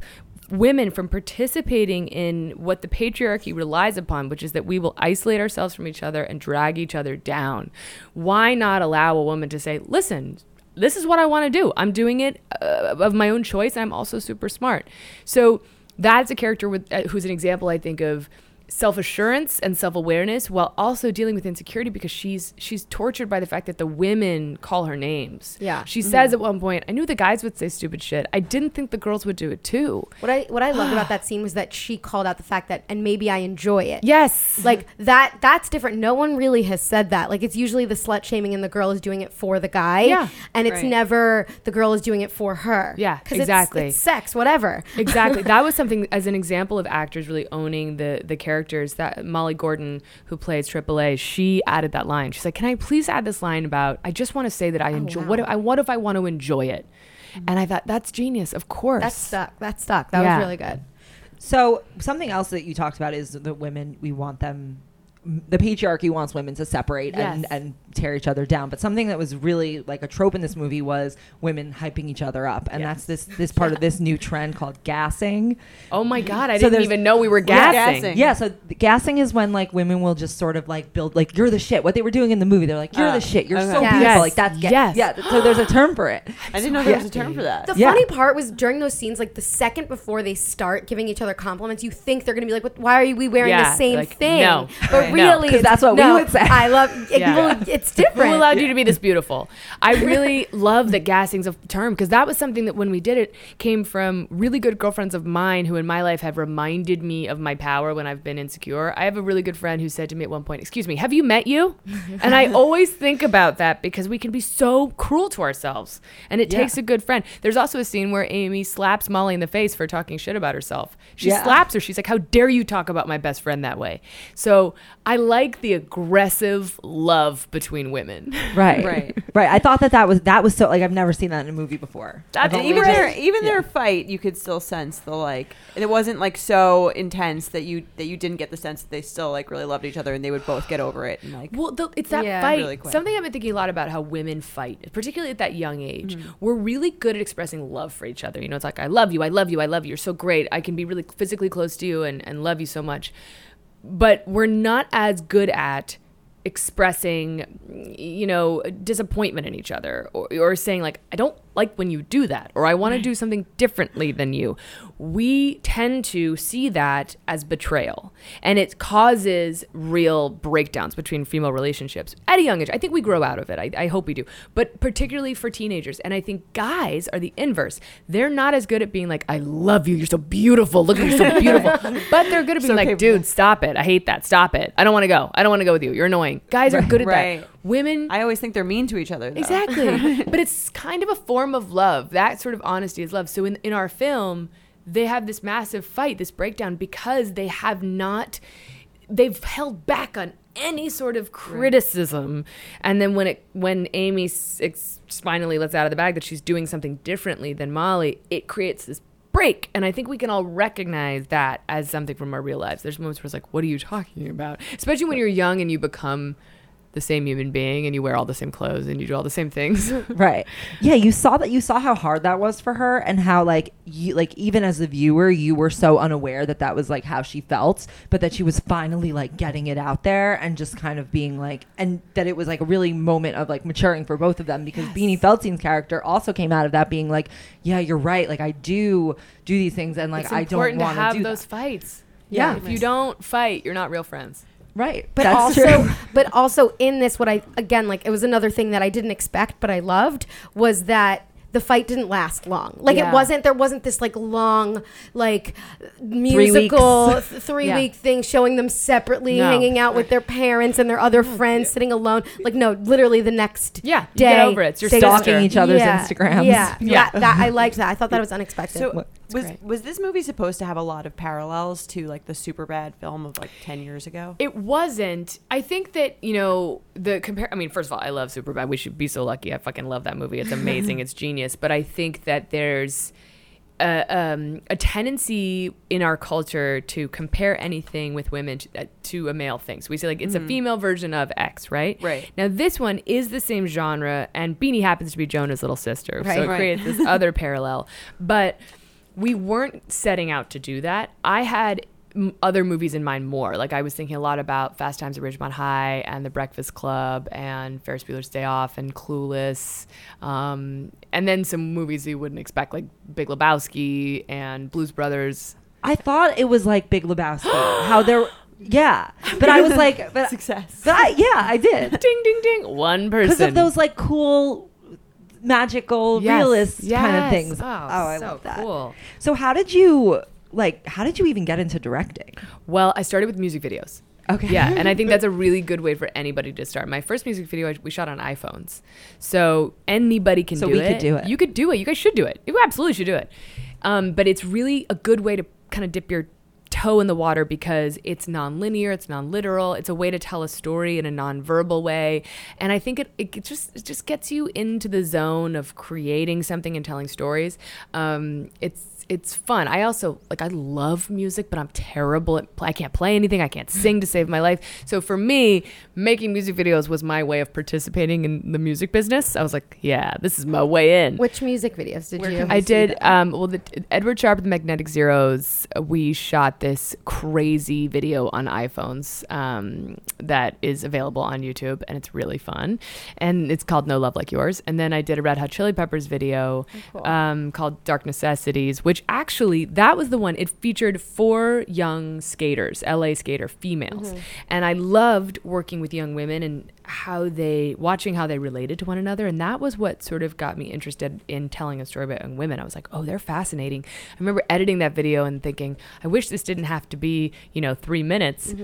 [SPEAKER 6] women from participating in what the patriarchy relies upon, which is that we will isolate ourselves from each other and drag each other down. Why not allow a woman to say, listen, this is what I want to do. I'm doing it uh, of my own choice, and I'm also super smart. So that's a character with uh, who's an example, I think, of self assurance and self awareness, while also dealing with insecurity because she's she's tortured by the fact that the women call her names.
[SPEAKER 2] Yeah.
[SPEAKER 6] she says at one point, "I knew the guys would say stupid shit. I didn't think the girls would do it too."
[SPEAKER 2] What I what I loved about that scene was that she called out the fact that and maybe I enjoy it.
[SPEAKER 6] Yes,
[SPEAKER 2] Like that that's different. No one really has said that. Like it's usually the slut shaming and the girl is doing it for the guy.
[SPEAKER 6] Yeah.
[SPEAKER 2] And it's
[SPEAKER 1] Right.
[SPEAKER 2] never the girl is doing it for her.
[SPEAKER 6] Yeah,
[SPEAKER 2] 'Cause it's-
[SPEAKER 6] exactly.
[SPEAKER 2] It's, sex, whatever.
[SPEAKER 6] exactly that was something as an example of actors really owning the the characters that molly gordon who plays aaa she added that line she's like can i please add this line about i just want to say that i enjoy what if i what if i want to enjoy it and i thought that's genius of course
[SPEAKER 2] That stuck. That stuck. That
[SPEAKER 6] Yeah.
[SPEAKER 2] was really good.
[SPEAKER 3] So something else that you talked about is the women. We want them. The patriarchy wants women to separate and,
[SPEAKER 6] Yes.
[SPEAKER 3] and tear each other down. But something that was really like a trope in this movie was women hyping each other up, and that's this this part of this new trend called gassing.
[SPEAKER 6] oh my god i
[SPEAKER 3] So
[SPEAKER 6] didn't
[SPEAKER 3] there's-
[SPEAKER 6] even know we were
[SPEAKER 1] Yeah,
[SPEAKER 6] gassing,
[SPEAKER 1] gassing.
[SPEAKER 3] Yeah, so th- gassing is when like women will just sort of like build like you're the shit. What they were doing in the movie, they're like you're
[SPEAKER 1] Uh,
[SPEAKER 3] the shit. You're
[SPEAKER 1] okay.
[SPEAKER 3] so
[SPEAKER 2] Yes.
[SPEAKER 3] beautiful.
[SPEAKER 6] Yes.
[SPEAKER 3] Like that's ga-
[SPEAKER 6] Yes.
[SPEAKER 3] yeah. th- So there's a term for it.
[SPEAKER 1] I didn't know there was a term for that.
[SPEAKER 2] The
[SPEAKER 3] Yeah.
[SPEAKER 2] funny part was during those scenes, like the second before they start giving each other compliments, you think they're gonna be like, "What- "Why are we wearing
[SPEAKER 6] Yeah,
[SPEAKER 2] the same
[SPEAKER 6] like,
[SPEAKER 2] thing?"
[SPEAKER 6] no.
[SPEAKER 2] but
[SPEAKER 6] Right. No.
[SPEAKER 2] really,
[SPEAKER 3] 'Cause
[SPEAKER 2] it's-
[SPEAKER 3] that's what we
[SPEAKER 2] no,
[SPEAKER 3] would say.
[SPEAKER 2] I love. It,
[SPEAKER 6] Yeah.
[SPEAKER 2] well, it's different.
[SPEAKER 6] Who allowed you to be this beautiful? I really love that gassing's a term because that was something that when we did it came from really good girlfriends of mine who in my life have reminded me of my power when I've been insecure. I have a really good friend who said to me at one point, Excuse me, have you met you? and I always think about that because we can be so cruel to ourselves and it takes a good friend. There's also a scene where Amy slaps Molly in the face for talking shit about herself. She
[SPEAKER 3] Yeah.
[SPEAKER 6] slaps slaps her. She's like, "How dare you talk about my best friend that way?" So I like the aggressive love between women.
[SPEAKER 3] Right,
[SPEAKER 1] Right.
[SPEAKER 3] right. I thought that that was that was so like I've never seen that in a movie before.
[SPEAKER 6] That's
[SPEAKER 1] And even their even their fight, you could still sense the like, and it wasn't like so intense that you that you didn't get the sense that they still like really loved each other and they would both get over it and like.
[SPEAKER 6] Well, the, it's that
[SPEAKER 2] Yeah.
[SPEAKER 6] fight.
[SPEAKER 1] Really quick.
[SPEAKER 6] Something I've been thinking a lot about how women fight, particularly at that young age. We're really good at expressing love for each other. You know, it's like, I love you, I love you, I love you. You're so great. I can be really physically close to you and, and love you so much. But we're not as good at expressing, you know, disappointment in each other or, or saying, like, I don't like when you do that, or I want to do something differently than you. We tend to see that as betrayal, and it causes real breakdowns between female relationships at a young age. I think we grow out of it. I, I hope we do, but particularly for teenagers. And I think guys are the inverse. They're not as good at being like, "I love you. You're so beautiful. Look at you, so beautiful," but they're good at being like, "Dude, stop it. I hate that. Stop it. I don't want to go. I don't want to go with you. You're annoying." Guys are good at
[SPEAKER 1] Right.
[SPEAKER 6] that. Women
[SPEAKER 1] I always think they're mean to each other. Though.
[SPEAKER 6] Exactly. but it's kind of a form of love. That sort of honesty is love. So in, in our film, they have this massive fight, this breakdown, because they have not, they've held back on any sort of criticism. And then when it, when Amy s- ex- finally lets out of the bag that she's doing something differently than Molly, it creates this break. And I think we can all recognize that as something from our real lives. There's moments where it's like, what are you talking about? Especially when you're young and you become the same human being and you wear all the same clothes and you do all the same things.
[SPEAKER 3] Right. Yeah, you saw that you saw how hard that was for her and how like you like even as a viewer you were so unaware that that was like how she felt, but that she was finally like getting it out there and just kind of being like and that it was like a really moment of like maturing for both of them because Beanie Feldstein's character also came out of that being like, yeah, you're right, like I do do these things and like
[SPEAKER 6] it's
[SPEAKER 3] I don't
[SPEAKER 6] important
[SPEAKER 3] want
[SPEAKER 6] to have
[SPEAKER 3] do
[SPEAKER 6] those
[SPEAKER 3] that.
[SPEAKER 6] fights.
[SPEAKER 3] Yeah.
[SPEAKER 6] If you don't fight, you're not real friends.
[SPEAKER 3] Right.
[SPEAKER 2] But
[SPEAKER 3] That's
[SPEAKER 2] also,
[SPEAKER 3] true.
[SPEAKER 2] but also in this, what I again like, it was another thing that I didn't expect, but I loved was that the fight didn't last long. Like
[SPEAKER 6] Yeah.
[SPEAKER 2] it wasn't there wasn't this like long like musical th-
[SPEAKER 3] weeks.
[SPEAKER 2] three,
[SPEAKER 6] Yeah.
[SPEAKER 2] week thing showing them separately
[SPEAKER 6] No. Oh,
[SPEAKER 2] hanging out with their parents and their other friends sitting alone. Like no, literally the next
[SPEAKER 6] Yeah, you
[SPEAKER 2] day.
[SPEAKER 6] get over it. It's your
[SPEAKER 2] they-
[SPEAKER 6] Stalking sister.
[SPEAKER 3] each other's Instagrams.
[SPEAKER 2] Yeah,
[SPEAKER 6] Yeah.
[SPEAKER 2] That, that I liked that. I thought that was unexpected.
[SPEAKER 1] So was
[SPEAKER 6] great.
[SPEAKER 1] was this movie supposed to have a lot of parallels to like the super bad film of like ten years ago?
[SPEAKER 6] It wasn't. I think that, you know, the compare I mean, first of all, I love Superbad. We should be so lucky. I fucking love that movie. It's amazing. it's genius. But I think that there's a, um, a tendency in our culture to compare anything with women to, uh, to a male thing. So we say like it's a female version of X, Mm. right?
[SPEAKER 1] Right.
[SPEAKER 6] Now this one is the same genre, and Beanie happens to be Jonah's little sister, so it
[SPEAKER 2] Right.
[SPEAKER 6] creates this other parallel. But we weren't setting out to do that. I had m- other movies in mind more. Like I was thinking a lot about Fast Times at Ridgemont High and The Breakfast Club and Ferris Bueller's Day Off and Clueless, um, and then some movies you wouldn't expect, like Big Lebowski and Blues Brothers.
[SPEAKER 3] I thought it was like Big Lebowski. how there, yeah. But I was like, but,
[SPEAKER 1] Success.
[SPEAKER 3] But I, yeah, I did
[SPEAKER 6] Ding ding ding! One person
[SPEAKER 3] because of those like cool, magical,
[SPEAKER 6] Yes,
[SPEAKER 3] realist kind of
[SPEAKER 6] yes.
[SPEAKER 3] things.
[SPEAKER 6] Oh,
[SPEAKER 3] I
[SPEAKER 6] so
[SPEAKER 3] love that.
[SPEAKER 6] cool.
[SPEAKER 3] So how did you like? How did you even get into directing?
[SPEAKER 6] Well, I started with music videos.
[SPEAKER 3] Okay.
[SPEAKER 6] Yeah, and I think that's a really good way for anybody to start. My first music video I- we shot on iPhones, so anybody can
[SPEAKER 3] So
[SPEAKER 6] do
[SPEAKER 3] we
[SPEAKER 6] it.
[SPEAKER 3] could do it.
[SPEAKER 6] You could do it. You guys should do it. You absolutely should do it. Um, but it's really a good way to kind of dip your toe in the water because it's non-linear, it's non-literal, it's a way to tell a story in a non-verbal way, and I think it, it just it just gets you into the zone of creating something and telling stories. Um, it's it's fun. I also like I love music, but I'm terrible at pl- I can't play anything. I can't sing to save my life. So for me, making music videos was my way of participating in the music business. I was like, yeah, this is my way in.
[SPEAKER 2] Which music videos did you?
[SPEAKER 6] I did. Um, well, the, Edward Sharpe, the Magnetic Zeros. uh, We shot this crazy video on iPhones um, that is available on YouTube, and it's really fun. And it's called No Love Like Yours. And then I did a Red Hot Chili Peppers video um, called Dark Necessities, which actually that was the one. It featured four young skaters, LA skater females, and I loved working with young women and how they watching how they related to one another and that was what sort of got me interested in telling a story about young women i was like oh they're fascinating i remember editing that video and thinking i wish this didn't have to be you know three minutes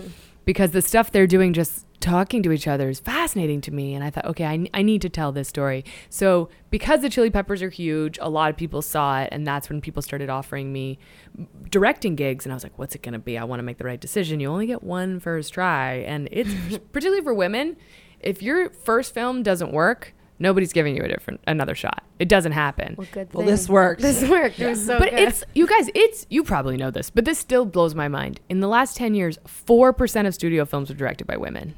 [SPEAKER 6] because the stuff they're doing just talking to each other is fascinating to me and i thought okay I, I need to tell this story so because the chili peppers are huge a lot of people saw it and that's when people started offering me directing gigs and i was like what's it going to be i want to make the right decision you only get one first try and it's particularly for women if your first film doesn't work nobody's giving you a different another shot it doesn't happen
[SPEAKER 2] Good
[SPEAKER 3] Well,
[SPEAKER 2] thing.
[SPEAKER 3] this worked.
[SPEAKER 2] This worked. It was so
[SPEAKER 6] but
[SPEAKER 2] good.
[SPEAKER 6] it's you guys it's you probably know this but this still blows my mind in the last 10 years 4% of studio films were directed by women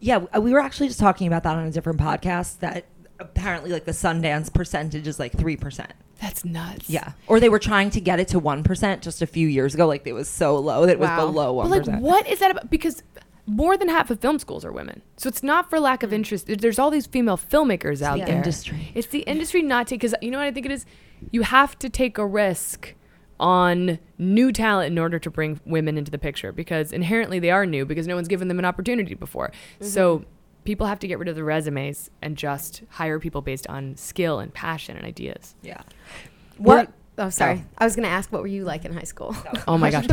[SPEAKER 3] Yeah, w- uh, we were actually just talking about that on a different podcast. That apparently, like the Sundance percentage is like three percent.
[SPEAKER 6] that's nuts
[SPEAKER 3] Yeah, or they were trying to get it to one percent just a few years ago. Like it was so low that it
[SPEAKER 2] Wow.
[SPEAKER 3] was below one
[SPEAKER 6] But like,
[SPEAKER 3] percent.
[SPEAKER 6] what is that about? Because more than half of film schools are women. So it's not for lack of interest. There- There's all these female filmmakers out
[SPEAKER 3] the
[SPEAKER 6] there.
[SPEAKER 3] industry.
[SPEAKER 6] It's the industry not to because you know what I think it is. You have to take a risk on new talent in order to bring women into the picture because inherently they are new because no one's given them an opportunity before. So people have to get rid of the resumes and just hire people based on skill and passion and ideas.
[SPEAKER 3] Yeah.
[SPEAKER 2] What?
[SPEAKER 3] What?
[SPEAKER 2] Oh, sorry. I was gonna ask, what were you like in high school?
[SPEAKER 6] Oh my gosh.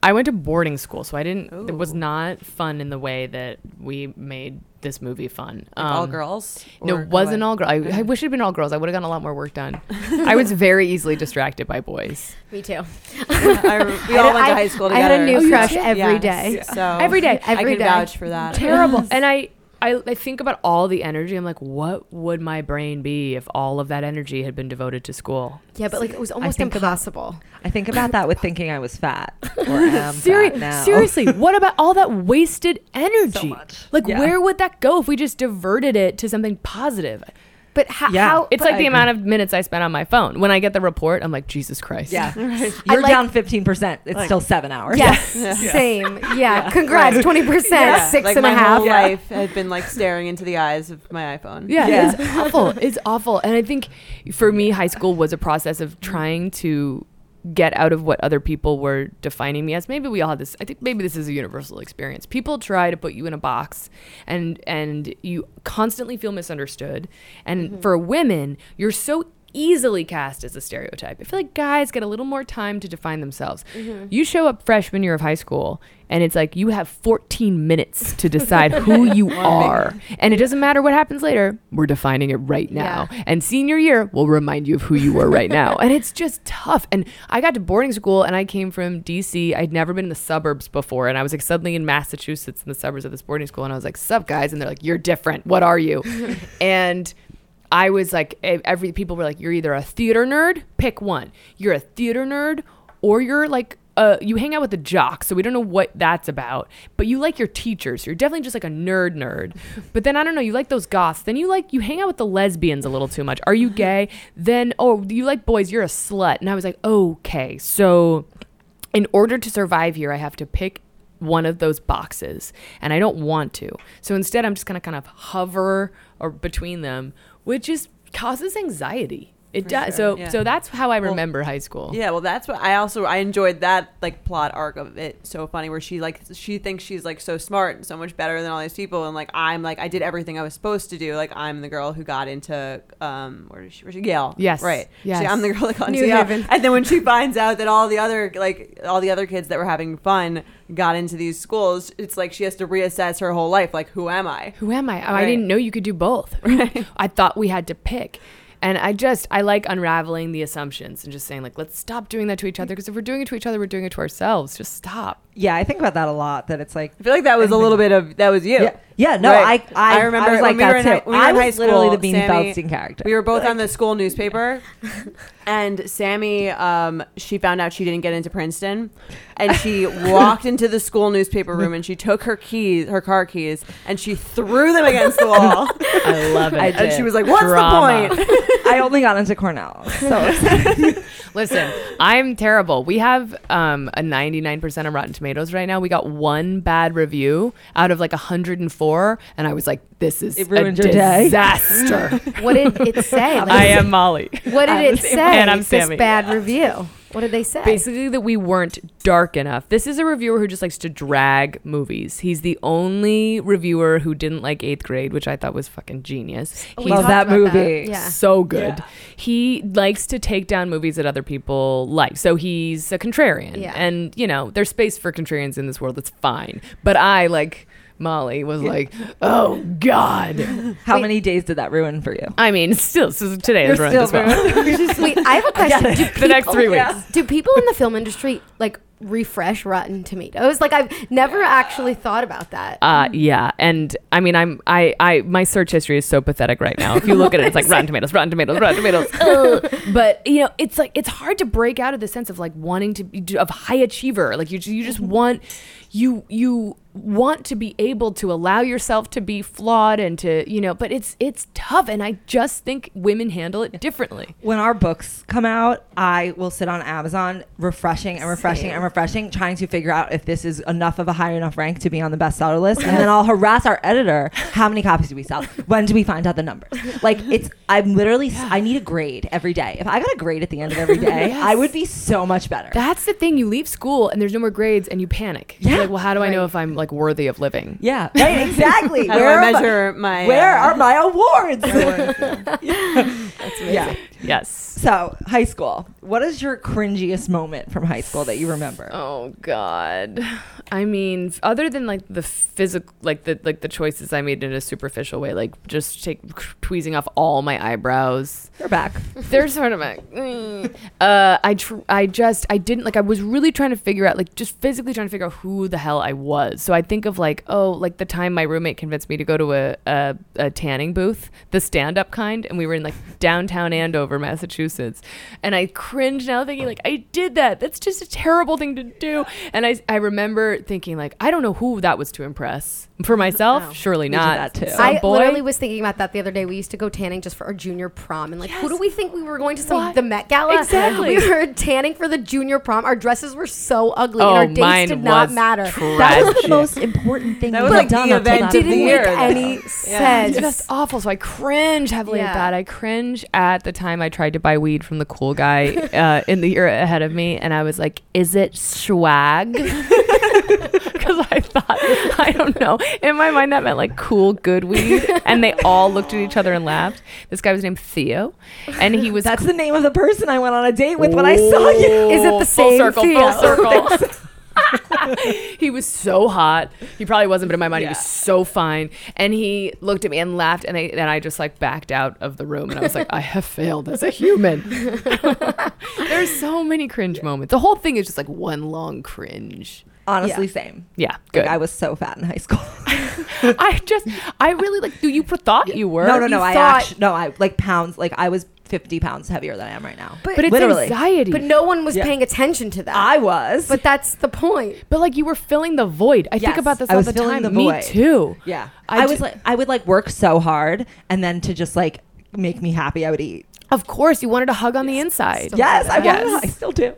[SPEAKER 6] I went to boarding school, so I didn't. It was not fun in the way that we made this movie fun.
[SPEAKER 7] all
[SPEAKER 6] Um,
[SPEAKER 7] girls.
[SPEAKER 6] No,
[SPEAKER 7] or
[SPEAKER 6] it wasn't
[SPEAKER 7] what?
[SPEAKER 6] all girls. I, I wish it had been all girls. I would have gotten a lot more work done. I was very easily distracted by boys.
[SPEAKER 2] Me too.
[SPEAKER 7] I, we all went to high school
[SPEAKER 2] I
[SPEAKER 7] together.
[SPEAKER 2] had a new crush
[SPEAKER 6] did?
[SPEAKER 2] every
[SPEAKER 7] Yes.
[SPEAKER 2] day.
[SPEAKER 7] So
[SPEAKER 6] Every day,
[SPEAKER 7] I
[SPEAKER 2] Oh, every
[SPEAKER 7] can
[SPEAKER 2] day.
[SPEAKER 7] vouch for that.
[SPEAKER 6] Terrible. and I, I, I think about all the energy. I'm like, what would my brain be if all of that energy had been devoted to school?
[SPEAKER 2] Yeah, but like it was almost
[SPEAKER 6] think-
[SPEAKER 2] impossible.
[SPEAKER 3] I think about that with thinking I was fat or am
[SPEAKER 6] Seri-
[SPEAKER 3] fat now.
[SPEAKER 6] Seriously, what about all that wasted energy?
[SPEAKER 3] much.
[SPEAKER 6] Like,
[SPEAKER 3] Yeah.
[SPEAKER 6] where would that go if we just diverted it to something positive?
[SPEAKER 2] But ho-
[SPEAKER 3] Yeah.
[SPEAKER 2] how?
[SPEAKER 6] Ah, It's
[SPEAKER 2] but-
[SPEAKER 6] like the amount of minutes I spent on my phone. When I get the report, I'm like, Jesus Christ.
[SPEAKER 3] Yeah.
[SPEAKER 2] I
[SPEAKER 3] You're
[SPEAKER 2] like-
[SPEAKER 3] down 15%. It's still seven hours.
[SPEAKER 2] Yes. Same. Yeah. Congrats. Twenty percent.
[SPEAKER 7] Yeah.
[SPEAKER 2] Six
[SPEAKER 7] like
[SPEAKER 2] and a
[SPEAKER 7] my
[SPEAKER 2] half.
[SPEAKER 7] whole life had been like staring into the eyes of my iPhone.
[SPEAKER 6] Yeah,
[SPEAKER 3] Yeah.
[SPEAKER 6] it's awful. It's awful. And I think for me, high school was a process of trying to get out of what other people were defining me as. Maybe we all had this. I think maybe this is a universal experience. People try to put you in a box, and and you constantly feel misunderstood. And for women, you're so easily cast as a stereotype. I feel like guys get a little more time to define themselves. You show up freshman year of high school and it's like you have 14 minutes to decide who you are. And it doesn't matter what happens later. We're defining it right now. And senior year will remind you of who you were right now. and it's just tough. And I got to boarding school and I came from DC. I'd never been in the suburbs before. And I was like suddenly in Massachusetts in the suburbs of this boarding school. And I was like, sup guys. And they're like, you're different. What are you? and I was like, e- every people were like, you're either a theater nerd, pick one. You're a theater nerd, or you're like, uh, you hang out with the jocks. So we don't know what that's about. But you like your teachers. You're definitely just like a nerd nerd. But then I don't know. You like those goths. Then you like you hang out with the lesbians a little too much. Are you gay? Then oh, you like boys. You're a slut. And I was like, okay, so in order to survive here, I have to pick one of those boxes, and I don't want to. So instead, I'm just gonna kind of hover or between them, which is causes anxiety. It does. so
[SPEAKER 7] yeah.
[SPEAKER 6] so that's how I remember high school.
[SPEAKER 7] Yeah, well, that's what I also I enjoyed that like plot arc of it. So funny where she like she thinks she's like so smart and so much better than all these people, and like I'm like I did everything I was supposed to do. Like I'm the girl who got into um where did she where she Yale?
[SPEAKER 6] Yes.
[SPEAKER 7] right.
[SPEAKER 6] Yes.
[SPEAKER 7] She- I'm the girl that got into
[SPEAKER 2] New
[SPEAKER 7] Yale.
[SPEAKER 2] Haven.
[SPEAKER 7] And then when she finds out that all the other like all the other kids that were having fun got into these schools, it's like she has to reassess her whole life. Like who am I?
[SPEAKER 6] Who am I? Oh, I
[SPEAKER 7] Right.
[SPEAKER 6] didn't know you could do both. Right. I thought we had to pick. And I just I like unraveling the assumptions and just saying like let's stop doing that to each other because if we're doing it to each other we're doing it to ourselves. Just stop.
[SPEAKER 3] Yeah, I think about that a lot. That it's like
[SPEAKER 7] I feel like that was a little bit of that was you.
[SPEAKER 3] Yeah. Yeah, no, I- I- I was like
[SPEAKER 7] when
[SPEAKER 3] that
[SPEAKER 7] we were in
[SPEAKER 3] too.
[SPEAKER 7] high, when we
[SPEAKER 3] I
[SPEAKER 7] were in
[SPEAKER 3] was
[SPEAKER 7] high school,
[SPEAKER 3] literally the Bean
[SPEAKER 7] Sammy-
[SPEAKER 3] Feldstein character.
[SPEAKER 7] We were both on the school newspaper, and Sammy, um, she found out she didn't get into Princeton, and she walked into the school newspaper room and she took her keys, her car keys, and she threw them against the wall.
[SPEAKER 6] I love it.
[SPEAKER 7] And she was like, "What's
[SPEAKER 6] Drama.
[SPEAKER 7] the point?"
[SPEAKER 3] I only got into Cornell. So
[SPEAKER 6] Listen, I'm terrible. We have um, a 99% on Rotten Tomatoes right now. We got one bad review out of like 104, and I was like, "This is
[SPEAKER 3] It ruined
[SPEAKER 6] a
[SPEAKER 3] your day.
[SPEAKER 6] disaster."
[SPEAKER 2] What did it say? Like,
[SPEAKER 6] I am Molly.
[SPEAKER 2] What did it say?
[SPEAKER 6] And I'm Sammy.
[SPEAKER 2] This bad review. What did they say?
[SPEAKER 6] Basically, that we weren't dark enough. This is a reviewer who just likes to drag movies. He's the only reviewer who didn't like Eighth Grade, which I thought was fucking genius. He
[SPEAKER 3] Love
[SPEAKER 2] Oh, talked
[SPEAKER 3] that
[SPEAKER 2] about
[SPEAKER 3] movie.
[SPEAKER 2] Yeah.
[SPEAKER 6] so good. He likes to take down movies that other people like. So he's a contrarian.
[SPEAKER 2] Yeah.
[SPEAKER 6] And, you know, there's space for contrarians in this world. That's fine. But I, like Molly, was like, oh, God.
[SPEAKER 3] how many days did that ruin for you?
[SPEAKER 6] I mean, still, so today is ruined as well.
[SPEAKER 2] Wait, I have a question. Do people,
[SPEAKER 6] The next three weeks.
[SPEAKER 2] Do people in the film industry like refresh Rotten Tomatoes? Like I've never actually thought about that.
[SPEAKER 6] Uh, yeah, and I mean, I'm I I my search history is so pathetic right now. If you look at it, it's like Rotten Tomatoes, Rotten Tomatoes, Rotten Tomatoes. Ugh. Oh, but you know, Mm-hmm. it's like it's hard to break out of the sense of like wanting to be of high achiever. Like you ju- you just want you you want to be able to allow yourself to be flawed and to you know but it's it's tough and i just think women handle it differently
[SPEAKER 3] when our books come out, I will sit on Amazon refreshing and refreshing and refreshing, trying to figure out if this is enough of a high enough rank to be on the bestseller list. And then I'll harass our editor. How many copies do we sell? When do we find out the numbers? Like it's I'm literally I need a grade every day. If I got a grade at the end of every day, I would be so much better.
[SPEAKER 6] that's the thing you leave school and there's no more grades and you panic yeah like well how do i know if i'm like worthy of living
[SPEAKER 3] yeah, right, exactly.
[SPEAKER 7] How do I
[SPEAKER 3] are my-
[SPEAKER 7] measure my,
[SPEAKER 3] Where
[SPEAKER 7] uh,
[SPEAKER 3] are my awards? yeah.
[SPEAKER 6] yes
[SPEAKER 3] So, high school. What is your cringiest moment from high school that you remember?
[SPEAKER 6] Oh God! I mean, other than like the physical, like the like the choices I made in a superficial way, like just take tweezing off all my eyebrows,
[SPEAKER 3] You're back.
[SPEAKER 6] they're sort of like, mm. uh, I, tr- I just, I didn't like, I was really trying to figure out, like, just physically trying to figure out who the hell I was. So I think of like, oh, like the time my roommate convinced me to go to a, a, a tanning booth, the stand up kind, and we were in like downtown Andover, Massachusetts. And I cringe now thinking, like, I did that. That's just a terrible thing to do. And I, I remember thinking, like, I don't know who that was to impress. For myself, surely not.
[SPEAKER 3] Oh, that too.
[SPEAKER 6] Some
[SPEAKER 2] I
[SPEAKER 6] boy.
[SPEAKER 2] literally was thinking about that the other day. We used to go tanning just for our junior prom, and like, who do we think we were going to? Some
[SPEAKER 6] What?
[SPEAKER 2] the Met Gala.
[SPEAKER 6] Exactly.
[SPEAKER 2] We were tanning for the junior prom. Our dresses were so ugly,
[SPEAKER 6] Oh,
[SPEAKER 2] and our dates
[SPEAKER 6] mine
[SPEAKER 2] did not
[SPEAKER 6] was
[SPEAKER 2] matter.
[SPEAKER 3] That was the
[SPEAKER 6] tragic.
[SPEAKER 3] most important thing
[SPEAKER 7] That was
[SPEAKER 3] that was
[SPEAKER 7] like
[SPEAKER 3] done
[SPEAKER 7] the
[SPEAKER 3] up till
[SPEAKER 7] event
[SPEAKER 3] that
[SPEAKER 2] Didn't
[SPEAKER 7] of the
[SPEAKER 2] make
[SPEAKER 3] point.
[SPEAKER 7] year, though.
[SPEAKER 2] any sense.
[SPEAKER 6] It's just awful. So I cringe heavily
[SPEAKER 2] Yeah.
[SPEAKER 6] at that. I cringe at the time I tried to buy weed from the cool guy uh, in the year ahead of me, and I was like, "Is it swag?" Because I thought, I don't know. In my mind, that meant like cool, good weed, and they all looked at each other and laughed. This guy was named Theo, and he was
[SPEAKER 3] That's the name of the person I went on a date with when I
[SPEAKER 7] Oh.
[SPEAKER 3] saw you.
[SPEAKER 2] Is it the same?
[SPEAKER 6] full circle,
[SPEAKER 2] Theo?
[SPEAKER 6] full circle. he was so hot. He probably wasn't, but in my mind, he was so fine. And he looked at me and laughed, and I and I just like backed out of the room, and I was like, I have failed as a human. There's so many cringe moments. The whole thing is just like one long cringe.
[SPEAKER 3] Honestly, same.
[SPEAKER 6] Yeah,
[SPEAKER 3] Like,
[SPEAKER 6] good.
[SPEAKER 3] I was so fat in high school.
[SPEAKER 6] I just, I really like. You thought you were.
[SPEAKER 3] no, no, no.
[SPEAKER 6] You
[SPEAKER 3] I
[SPEAKER 6] thought-
[SPEAKER 3] actually, no, I like pounds. Like I was 50 pounds heavier than I am right now.
[SPEAKER 6] But it's
[SPEAKER 3] literally.
[SPEAKER 6] anxiety.
[SPEAKER 2] But no one was paying attention to that.
[SPEAKER 3] I was.
[SPEAKER 2] But that's the point.
[SPEAKER 6] But like you were filling the void. I
[SPEAKER 3] Yes,
[SPEAKER 6] think about this
[SPEAKER 3] I
[SPEAKER 6] all
[SPEAKER 3] was
[SPEAKER 6] the
[SPEAKER 3] filling
[SPEAKER 6] time.
[SPEAKER 3] the
[SPEAKER 6] Me
[SPEAKER 3] void.
[SPEAKER 6] too.
[SPEAKER 3] yeah,
[SPEAKER 6] I
[SPEAKER 3] I, was
[SPEAKER 6] ju-
[SPEAKER 3] like, I would like work so hard, and then to just like make me happy, I would eat.
[SPEAKER 6] Of course, you wanted a hug on the inside.
[SPEAKER 3] Yes, I
[SPEAKER 6] Oh Yes.
[SPEAKER 3] wanted. I still do.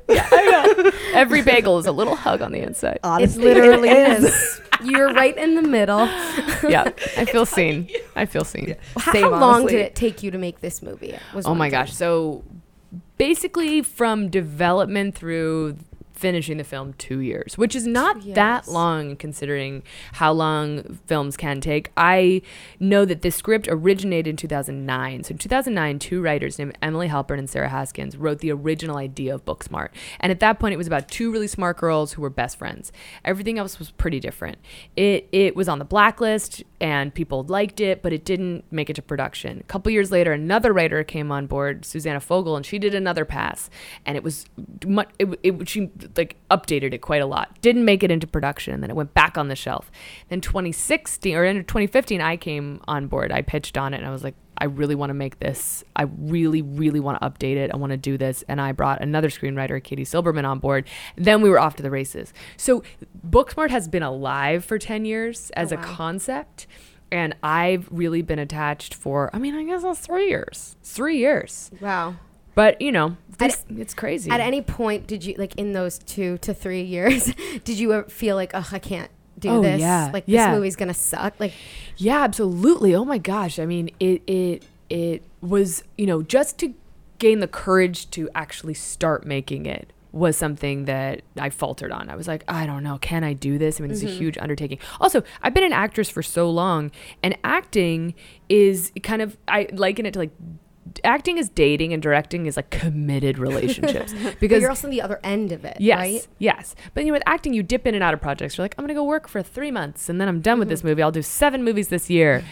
[SPEAKER 6] Every bagel is a little hug on the inside.
[SPEAKER 2] It
[SPEAKER 3] Honestly,
[SPEAKER 2] literally
[SPEAKER 3] it
[SPEAKER 2] is. You're right in the middle.
[SPEAKER 6] yeah, I feel seen. I feel seen.
[SPEAKER 2] How,
[SPEAKER 3] Same,
[SPEAKER 2] how long
[SPEAKER 3] honestly.
[SPEAKER 2] did it take you to make this movie? Was
[SPEAKER 6] Oh my
[SPEAKER 2] wondering.
[SPEAKER 6] gosh. So basically, from development through finishing the film, two years, which is not that long considering how long films can take. I know that this script originated in 2009. So in 2009, two writers named Emily Halpern and Sarah Haskins wrote the original idea of Booksmart. And at that point, it was about two really smart girls who were best friends. Everything else was pretty different. It it was on the blacklist and people liked it, but it didn't make it to production. A couple years later, another writer came on board, Susanna Fogel, and she did another pass, and it was much. It, it she like updated it quite a lot. Didn't make it into production, and then it went back on the shelf. Then 2016 or in 2015, I came on board. I pitched on it, and I was like. I really want to make this. I really, really want to update it. I want to do this. And I brought another screenwriter, Katie Silberman, on board. Then we were off to the races. So Booksmart has been alive for 10 years as a concept. And I've really been attached for, I mean, I guess that's three years. Three years.
[SPEAKER 2] Wow.
[SPEAKER 6] But, you know,
[SPEAKER 2] At-
[SPEAKER 6] this, it's crazy.
[SPEAKER 2] At any point, did you like in those two to three years? Did you ever feel like, oh, I can't do
[SPEAKER 6] Oh,
[SPEAKER 2] this?
[SPEAKER 6] yeah.
[SPEAKER 2] Like
[SPEAKER 6] Yeah.
[SPEAKER 2] this movie's gonna suck. Like
[SPEAKER 6] Yeah, absolutely. Oh my gosh. I mean, it it it was, you know, just to gain the courage to actually start making it was something that I faltered on. I was like, I don't know, can I do this? I mean, this
[SPEAKER 2] Mm-hmm.
[SPEAKER 6] is a huge undertaking. Also, I've been an actress for so long, and acting is kind of I liken it to like d- acting is dating and directing is like committed relationships
[SPEAKER 2] but
[SPEAKER 6] because
[SPEAKER 2] you're also on the other end of it,
[SPEAKER 6] Yes.
[SPEAKER 2] right?
[SPEAKER 6] Yes. But you know, with acting, you dip in and out of projects. You're like, I'm going to go work for three months and then I'm done with
[SPEAKER 2] Mm-hmm.
[SPEAKER 6] this movie. I'll do seven movies this year.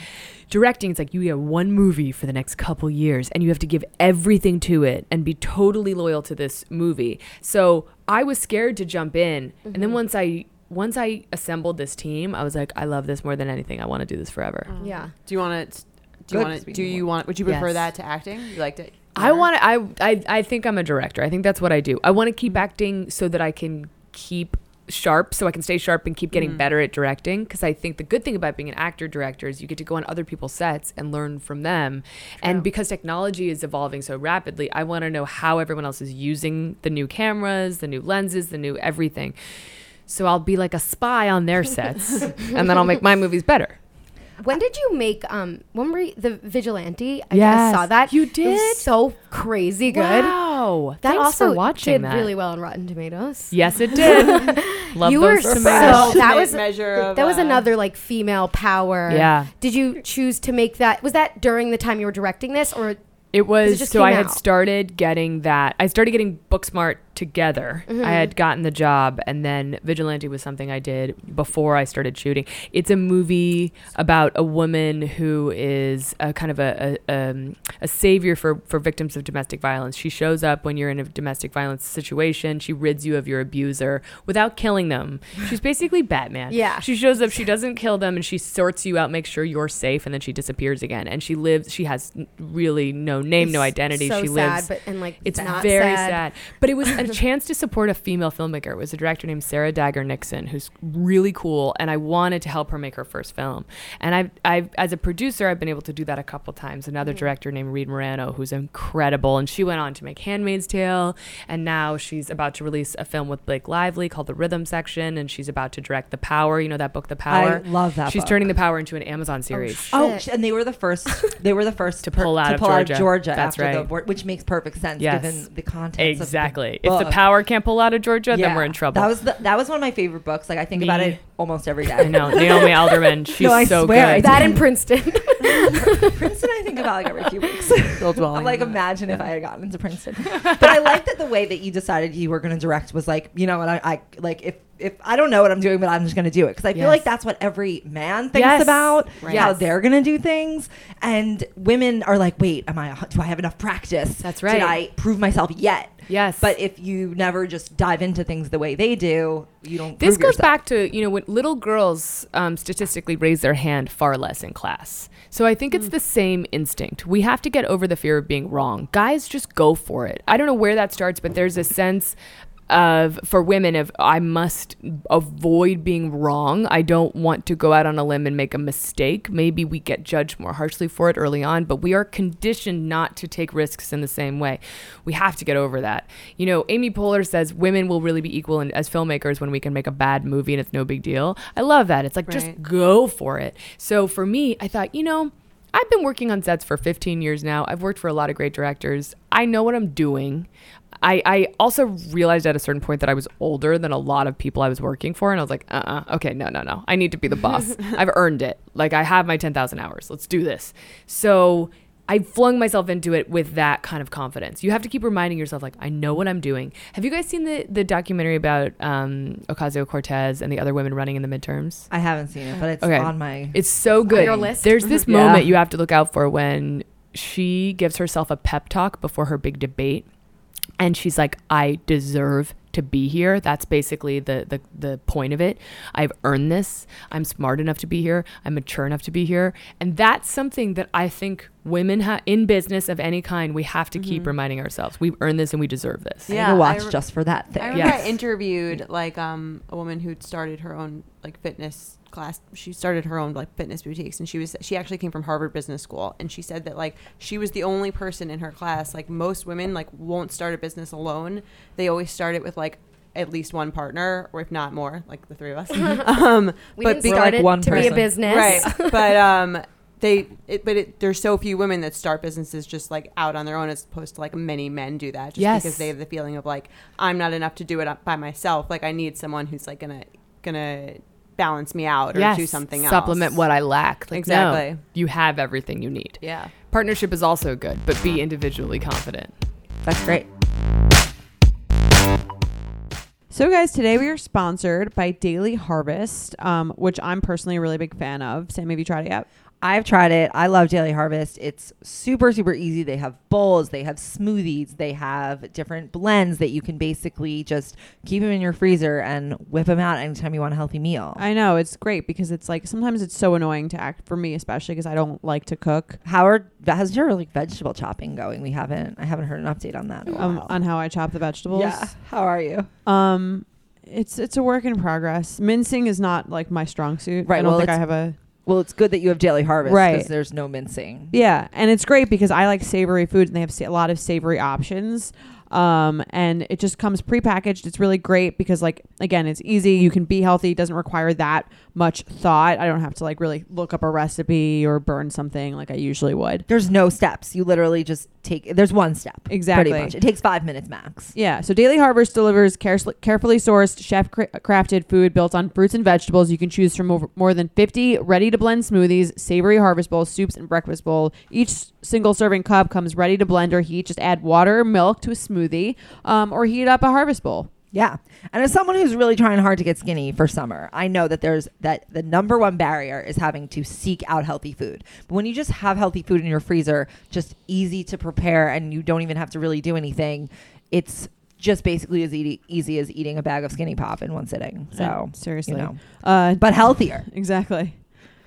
[SPEAKER 6] Directing, it's like you get one movie for the next couple years and you have to give everything to it and be totally loyal to this movie. So I was scared to jump in. And
[SPEAKER 2] Mm-hmm.
[SPEAKER 6] then once I, once I assembled this team, I was like, I love this more than anything. I want to do this forever.
[SPEAKER 2] Yeah.
[SPEAKER 7] Do you want it? Do you
[SPEAKER 3] Good
[SPEAKER 7] want it? Do
[SPEAKER 3] speaking
[SPEAKER 7] you want? Would you prefer
[SPEAKER 6] Yes.
[SPEAKER 7] that to acting? You liked it.
[SPEAKER 6] I want to. I, I I think I'm a director. I think that's what I do. I want to keep acting so that I can keep sharp so I can stay sharp and keep getting
[SPEAKER 2] Mm.
[SPEAKER 6] better at directing. Because I think the good thing about being an actor director is you get to go on other people's sets and learn from them. And because technology is evolving so rapidly, I want to know how everyone else is using the new cameras, the new lenses, the new everything. So I'll be like a spy on their sets and then I'll make my movies better.
[SPEAKER 2] When did you make um? When were you, the vigilante? I
[SPEAKER 6] Yes.
[SPEAKER 2] just saw that.
[SPEAKER 6] You
[SPEAKER 2] It was
[SPEAKER 6] did?
[SPEAKER 2] so crazy good.
[SPEAKER 6] Wow.
[SPEAKER 2] That
[SPEAKER 6] Thanks
[SPEAKER 2] also
[SPEAKER 6] for watching
[SPEAKER 2] did
[SPEAKER 6] that.
[SPEAKER 2] really well on Rotten Tomatoes.
[SPEAKER 6] Yes, it did. Love
[SPEAKER 2] you were
[SPEAKER 6] those
[SPEAKER 2] so
[SPEAKER 6] tomatoes.
[SPEAKER 2] that
[SPEAKER 1] Ultimate
[SPEAKER 2] was
[SPEAKER 1] measure of,
[SPEAKER 2] that was
[SPEAKER 1] uh,
[SPEAKER 2] another like female power.
[SPEAKER 6] Yeah.
[SPEAKER 2] Did you choose to make that? Was that during the time you were directing this, or
[SPEAKER 6] It was
[SPEAKER 2] just
[SPEAKER 6] so I
[SPEAKER 2] came
[SPEAKER 6] had
[SPEAKER 2] out.
[SPEAKER 6] started getting that. I started getting Booksmart together. I had gotten the job, and then Vigilante was something I did before I started shooting. It's a movie about a woman who is a kind of a a, um, a savior for for victims of domestic violence. She shows up when you're in a domestic violence situation. She rids you of your abuser without killing them. She's basically Batman.
[SPEAKER 2] Yeah.
[SPEAKER 6] She shows up, she doesn't kill them, and she sorts you out, makes sure you're safe, and then she disappears again. And she lives, she has n- really no name, no
[SPEAKER 2] It's
[SPEAKER 6] identity.
[SPEAKER 2] so
[SPEAKER 6] she
[SPEAKER 2] sad,
[SPEAKER 6] lives.
[SPEAKER 2] but- and, like,
[SPEAKER 6] it's
[SPEAKER 2] not
[SPEAKER 6] very
[SPEAKER 2] sad.
[SPEAKER 6] sad. But it was a chance to support a female filmmaker. It was a director named Sarah Dagger Nixon, who's really cool, and I wanted to help her make her first film. And I've, I've as a producer, I've been able to do that a couple times. Another
[SPEAKER 3] Mm.
[SPEAKER 6] director named Reed Morano, who's incredible, and she went on to make Handmaid's Tale, and now she's about to release a film with Blake Lively called The Rhythm Section, and she's about to direct The Power. You know that book, The Power.
[SPEAKER 3] love that
[SPEAKER 6] She's
[SPEAKER 3] book.
[SPEAKER 6] turning The Power into an Amazon series.
[SPEAKER 3] Oh,
[SPEAKER 2] Shit.
[SPEAKER 3] sh- and they were the first. They were the first
[SPEAKER 6] To pull out of Georgia. That's
[SPEAKER 3] after the
[SPEAKER 6] right.
[SPEAKER 3] war, which makes perfect sense
[SPEAKER 6] Yes.
[SPEAKER 3] given the context. of the
[SPEAKER 6] Exactly. If the
[SPEAKER 3] book.
[SPEAKER 6] power can't pull out of Georgia, then
[SPEAKER 3] Yeah.
[SPEAKER 6] we're in trouble.
[SPEAKER 3] That was the, that was one of my favorite books. Like I think
[SPEAKER 6] Me-
[SPEAKER 3] about it almost every day.
[SPEAKER 6] I know Naomi Alderman. She's
[SPEAKER 3] I
[SPEAKER 6] so
[SPEAKER 3] swear, I
[SPEAKER 6] good.
[SPEAKER 2] that in Princeton?
[SPEAKER 3] Princeton, I think about like every few weeks. I'm like, imagine if I had gotten into Princeton. But I like that the way that you decided you were going to direct was like, you know what, I, I like if if I don't know what I'm doing, but I'm just going to do it because I feel
[SPEAKER 6] Yes.
[SPEAKER 3] like that's what every man thinks
[SPEAKER 6] Yes.
[SPEAKER 3] about
[SPEAKER 6] Right.
[SPEAKER 3] how
[SPEAKER 6] Yes.
[SPEAKER 3] they're going to do things, and women are like, wait, am I? Do I have enough practice?
[SPEAKER 6] That's
[SPEAKER 3] Did
[SPEAKER 6] right.
[SPEAKER 3] I prove myself yet?
[SPEAKER 6] Yes.
[SPEAKER 3] But if you never just dive into things the way they do, you don't.
[SPEAKER 6] this
[SPEAKER 3] prove
[SPEAKER 6] goes
[SPEAKER 3] yourself.
[SPEAKER 6] back to you know when little girls um, statistically raise their hand far less in class so i think
[SPEAKER 3] Hmm.
[SPEAKER 6] it's the same instinct we have to get over the fear of being wrong guys just go for it i don't know where that starts but there's a sense of for women of i must avoid being wrong i don't want to go out on a limb and make a mistake maybe we get judged more harshly for it early on but we are conditioned not to take risks in the same way we have to get over that you know amy poehler says women will really be equal in, as filmmakers when we can make a bad movie and it's no big deal i love that it's like just go for it so for me i thought you know I've been working on sets for 15 years now. I've worked for a lot of great directors. I know what I'm doing. I, I also realized at a certain point that I was older than a lot of people I was working for. And I was like, uh uh okay, no, no, no. I need to be the boss. I've earned it. Like, I have my 10,000 hours. Let's do this. So I flung myself into it with that kind of confidence. You have to keep reminding yourself, like, I know what I'm doing. Have you guys seen the, the documentary about um, Ocasio Cortez and the other women running in the midterms?
[SPEAKER 3] I haven't seen it, but it's
[SPEAKER 6] Okay.
[SPEAKER 3] on my.
[SPEAKER 6] It's so good.
[SPEAKER 2] your list?
[SPEAKER 6] There's this
[SPEAKER 1] Mm-hmm.
[SPEAKER 3] Yeah.
[SPEAKER 6] moment you have to look out for when she gives herself a pep talk before her big debate, and she's like, "I deserve." To be here. That's basically the, the the point of it. I've earned this. I'm smart enough to be here. I'm mature enough to be here. And that's something that I think women ha- in business of any kind, we have to
[SPEAKER 1] Mm-hmm.
[SPEAKER 6] keep reminding ourselves. We've earned this and we deserve this.
[SPEAKER 3] I need
[SPEAKER 1] Yeah,
[SPEAKER 3] to
[SPEAKER 1] I
[SPEAKER 3] watch
[SPEAKER 1] re-
[SPEAKER 3] just for that thing.
[SPEAKER 1] I remember
[SPEAKER 6] Yes.
[SPEAKER 1] I interviewed like um a woman who started her own like fitness class. She started her own like fitness boutiques, and she was she actually came from Harvard Business School, and she said that like she was the only person in her class. Like most women, like won't start a business alone. They always start it with like at least one partner, or if not more, like the three of us. um,
[SPEAKER 2] we
[SPEAKER 1] but
[SPEAKER 2] didn't
[SPEAKER 1] be-
[SPEAKER 3] we're
[SPEAKER 2] start
[SPEAKER 3] like
[SPEAKER 2] it
[SPEAKER 3] one
[SPEAKER 2] to be a
[SPEAKER 3] person.
[SPEAKER 2] business.
[SPEAKER 1] Right. but um they it, but it, there's so few women that start businesses just like out on their own as opposed to like many men do that just
[SPEAKER 6] Yes.
[SPEAKER 1] because they have the feeling of like I'm not enough to do it uh, by myself like I need someone who's like going to going to balance me out or
[SPEAKER 6] yes,
[SPEAKER 1] do something else
[SPEAKER 6] Supplement what I lack. Like, no,
[SPEAKER 1] Exactly.
[SPEAKER 6] you have everything you need.
[SPEAKER 1] Yeah.
[SPEAKER 6] Partnership is also good, but be individually confident.
[SPEAKER 3] That's great.
[SPEAKER 1] So, guys, today we are sponsored by Daily Harvest, um, which I'm personally a really big fan of. Sam, have you tried it yet?
[SPEAKER 3] I've tried it. I love Daily Harvest. It's super, super easy. They have bowls, they have smoothies, they have different blends that you can basically just keep them in your freezer and whip them out anytime you want a healthy meal.
[SPEAKER 1] I know it's great because it's like sometimes it's so annoying to act for me, especially because I don't like to cook.
[SPEAKER 3] Howard, how's your like vegetable chopping going? We haven't. I haven't heard an update on that. in a
[SPEAKER 1] um,
[SPEAKER 3] while.
[SPEAKER 1] on how I chop the vegetables.
[SPEAKER 3] yeah. How are you?
[SPEAKER 1] Um,
[SPEAKER 7] It's it's a work in progress. Mincing is not like my strong suit.
[SPEAKER 3] Right,
[SPEAKER 7] I don't
[SPEAKER 3] well,
[SPEAKER 7] think I
[SPEAKER 3] it's-
[SPEAKER 7] have a
[SPEAKER 3] Well, it's good that you have daily harvest
[SPEAKER 7] Right.
[SPEAKER 3] there's no mincing.
[SPEAKER 7] Yeah, and it's great because I like savory food, and they have sa- a lot of savory options. Um, and it just comes prepackaged. It's really great because, like, again, it's easy. You can be healthy. It doesn't require that much thought. I don't have to like really look up a recipe or burn something like I usually would.
[SPEAKER 3] There's no steps. You literally just take. There's one step.
[SPEAKER 7] Exactly.
[SPEAKER 3] Pretty much. It takes five minutes max.
[SPEAKER 7] Yeah. So Daily Harvest delivers care- carefully sourced, chef cra- crafted food built on fruits and vegetables. You can choose from over- more than 50 ready to blend smoothies, savory harvest bowls, soups, and breakfast bowl. Each s- single serving cup comes ready to blend or heat. Just add water or milk to a smoothie um, or heat up a harvest bowl.
[SPEAKER 3] Yeah. And as someone who's really trying hard to get skinny for summer, I know that there's that the number one barrier is having to seek out healthy food. But when you just have healthy food in your freezer, just easy to prepare and you don't even have to really do anything, it's just basically as easy, easy as eating a bag of skinny pop in one sitting. So,
[SPEAKER 7] And seriously.
[SPEAKER 3] you know.
[SPEAKER 7] Uh,
[SPEAKER 3] but healthier.
[SPEAKER 7] Exactly.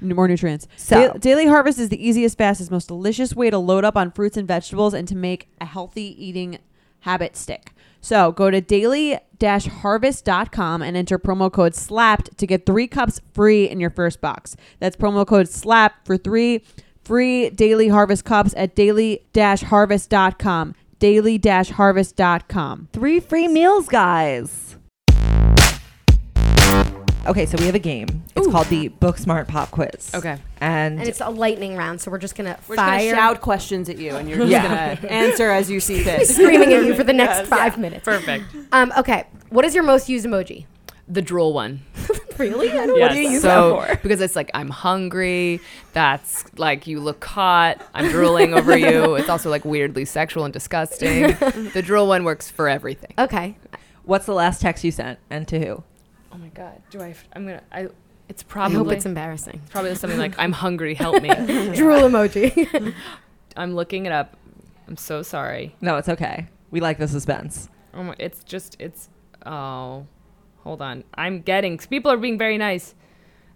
[SPEAKER 7] N- More nutrients.
[SPEAKER 3] So-
[SPEAKER 7] Da- Daily Harvest is the easiest, fastest, most delicious way to load up on fruits and vegetables and to make a healthy eating habit stick. So go to daily-harvest.com and enter promo code SLAPPED to get three cups free in your first box. That's promo code SLAP for three free Daily Harvest cups at daily-harvest.com. Daily-harvest.com.
[SPEAKER 3] Three free meals, guys. Okay, so we have a game. It's called the Book Smart Pop Quiz.
[SPEAKER 6] Okay.
[SPEAKER 2] And it's a lightning round, so we're just gonna
[SPEAKER 1] We're just gonna
[SPEAKER 2] fire
[SPEAKER 1] shout questions at you, and you're just
[SPEAKER 3] Yeah.
[SPEAKER 1] gonna answer as you see fit.
[SPEAKER 2] screaming at you for the next five minutes.
[SPEAKER 6] Perfect.
[SPEAKER 2] Um, okay, what is your most used emoji?
[SPEAKER 6] The drool one.
[SPEAKER 2] Really? I don't
[SPEAKER 6] Yes.
[SPEAKER 2] what do you use
[SPEAKER 6] so,
[SPEAKER 2] that for?
[SPEAKER 6] Because it's like I'm hungry. That's like you look hot. I'm drooling over you. It's also like weirdly sexual and disgusting. the drool one works for everything.
[SPEAKER 2] Okay.
[SPEAKER 3] What's the last text you sent and to who?
[SPEAKER 6] Oh my god. Do I? I'm gonna. I. It's
[SPEAKER 2] I
[SPEAKER 6] probably.
[SPEAKER 2] hope it's embarrassing.
[SPEAKER 6] probably something like I'm hungry. Help me.
[SPEAKER 2] Drool emoji.
[SPEAKER 6] I'm looking it up. I'm so sorry.
[SPEAKER 3] No, it's okay. We like the suspense.
[SPEAKER 6] Oh my, it's just it's oh, hold on. I'm getting people are being very nice.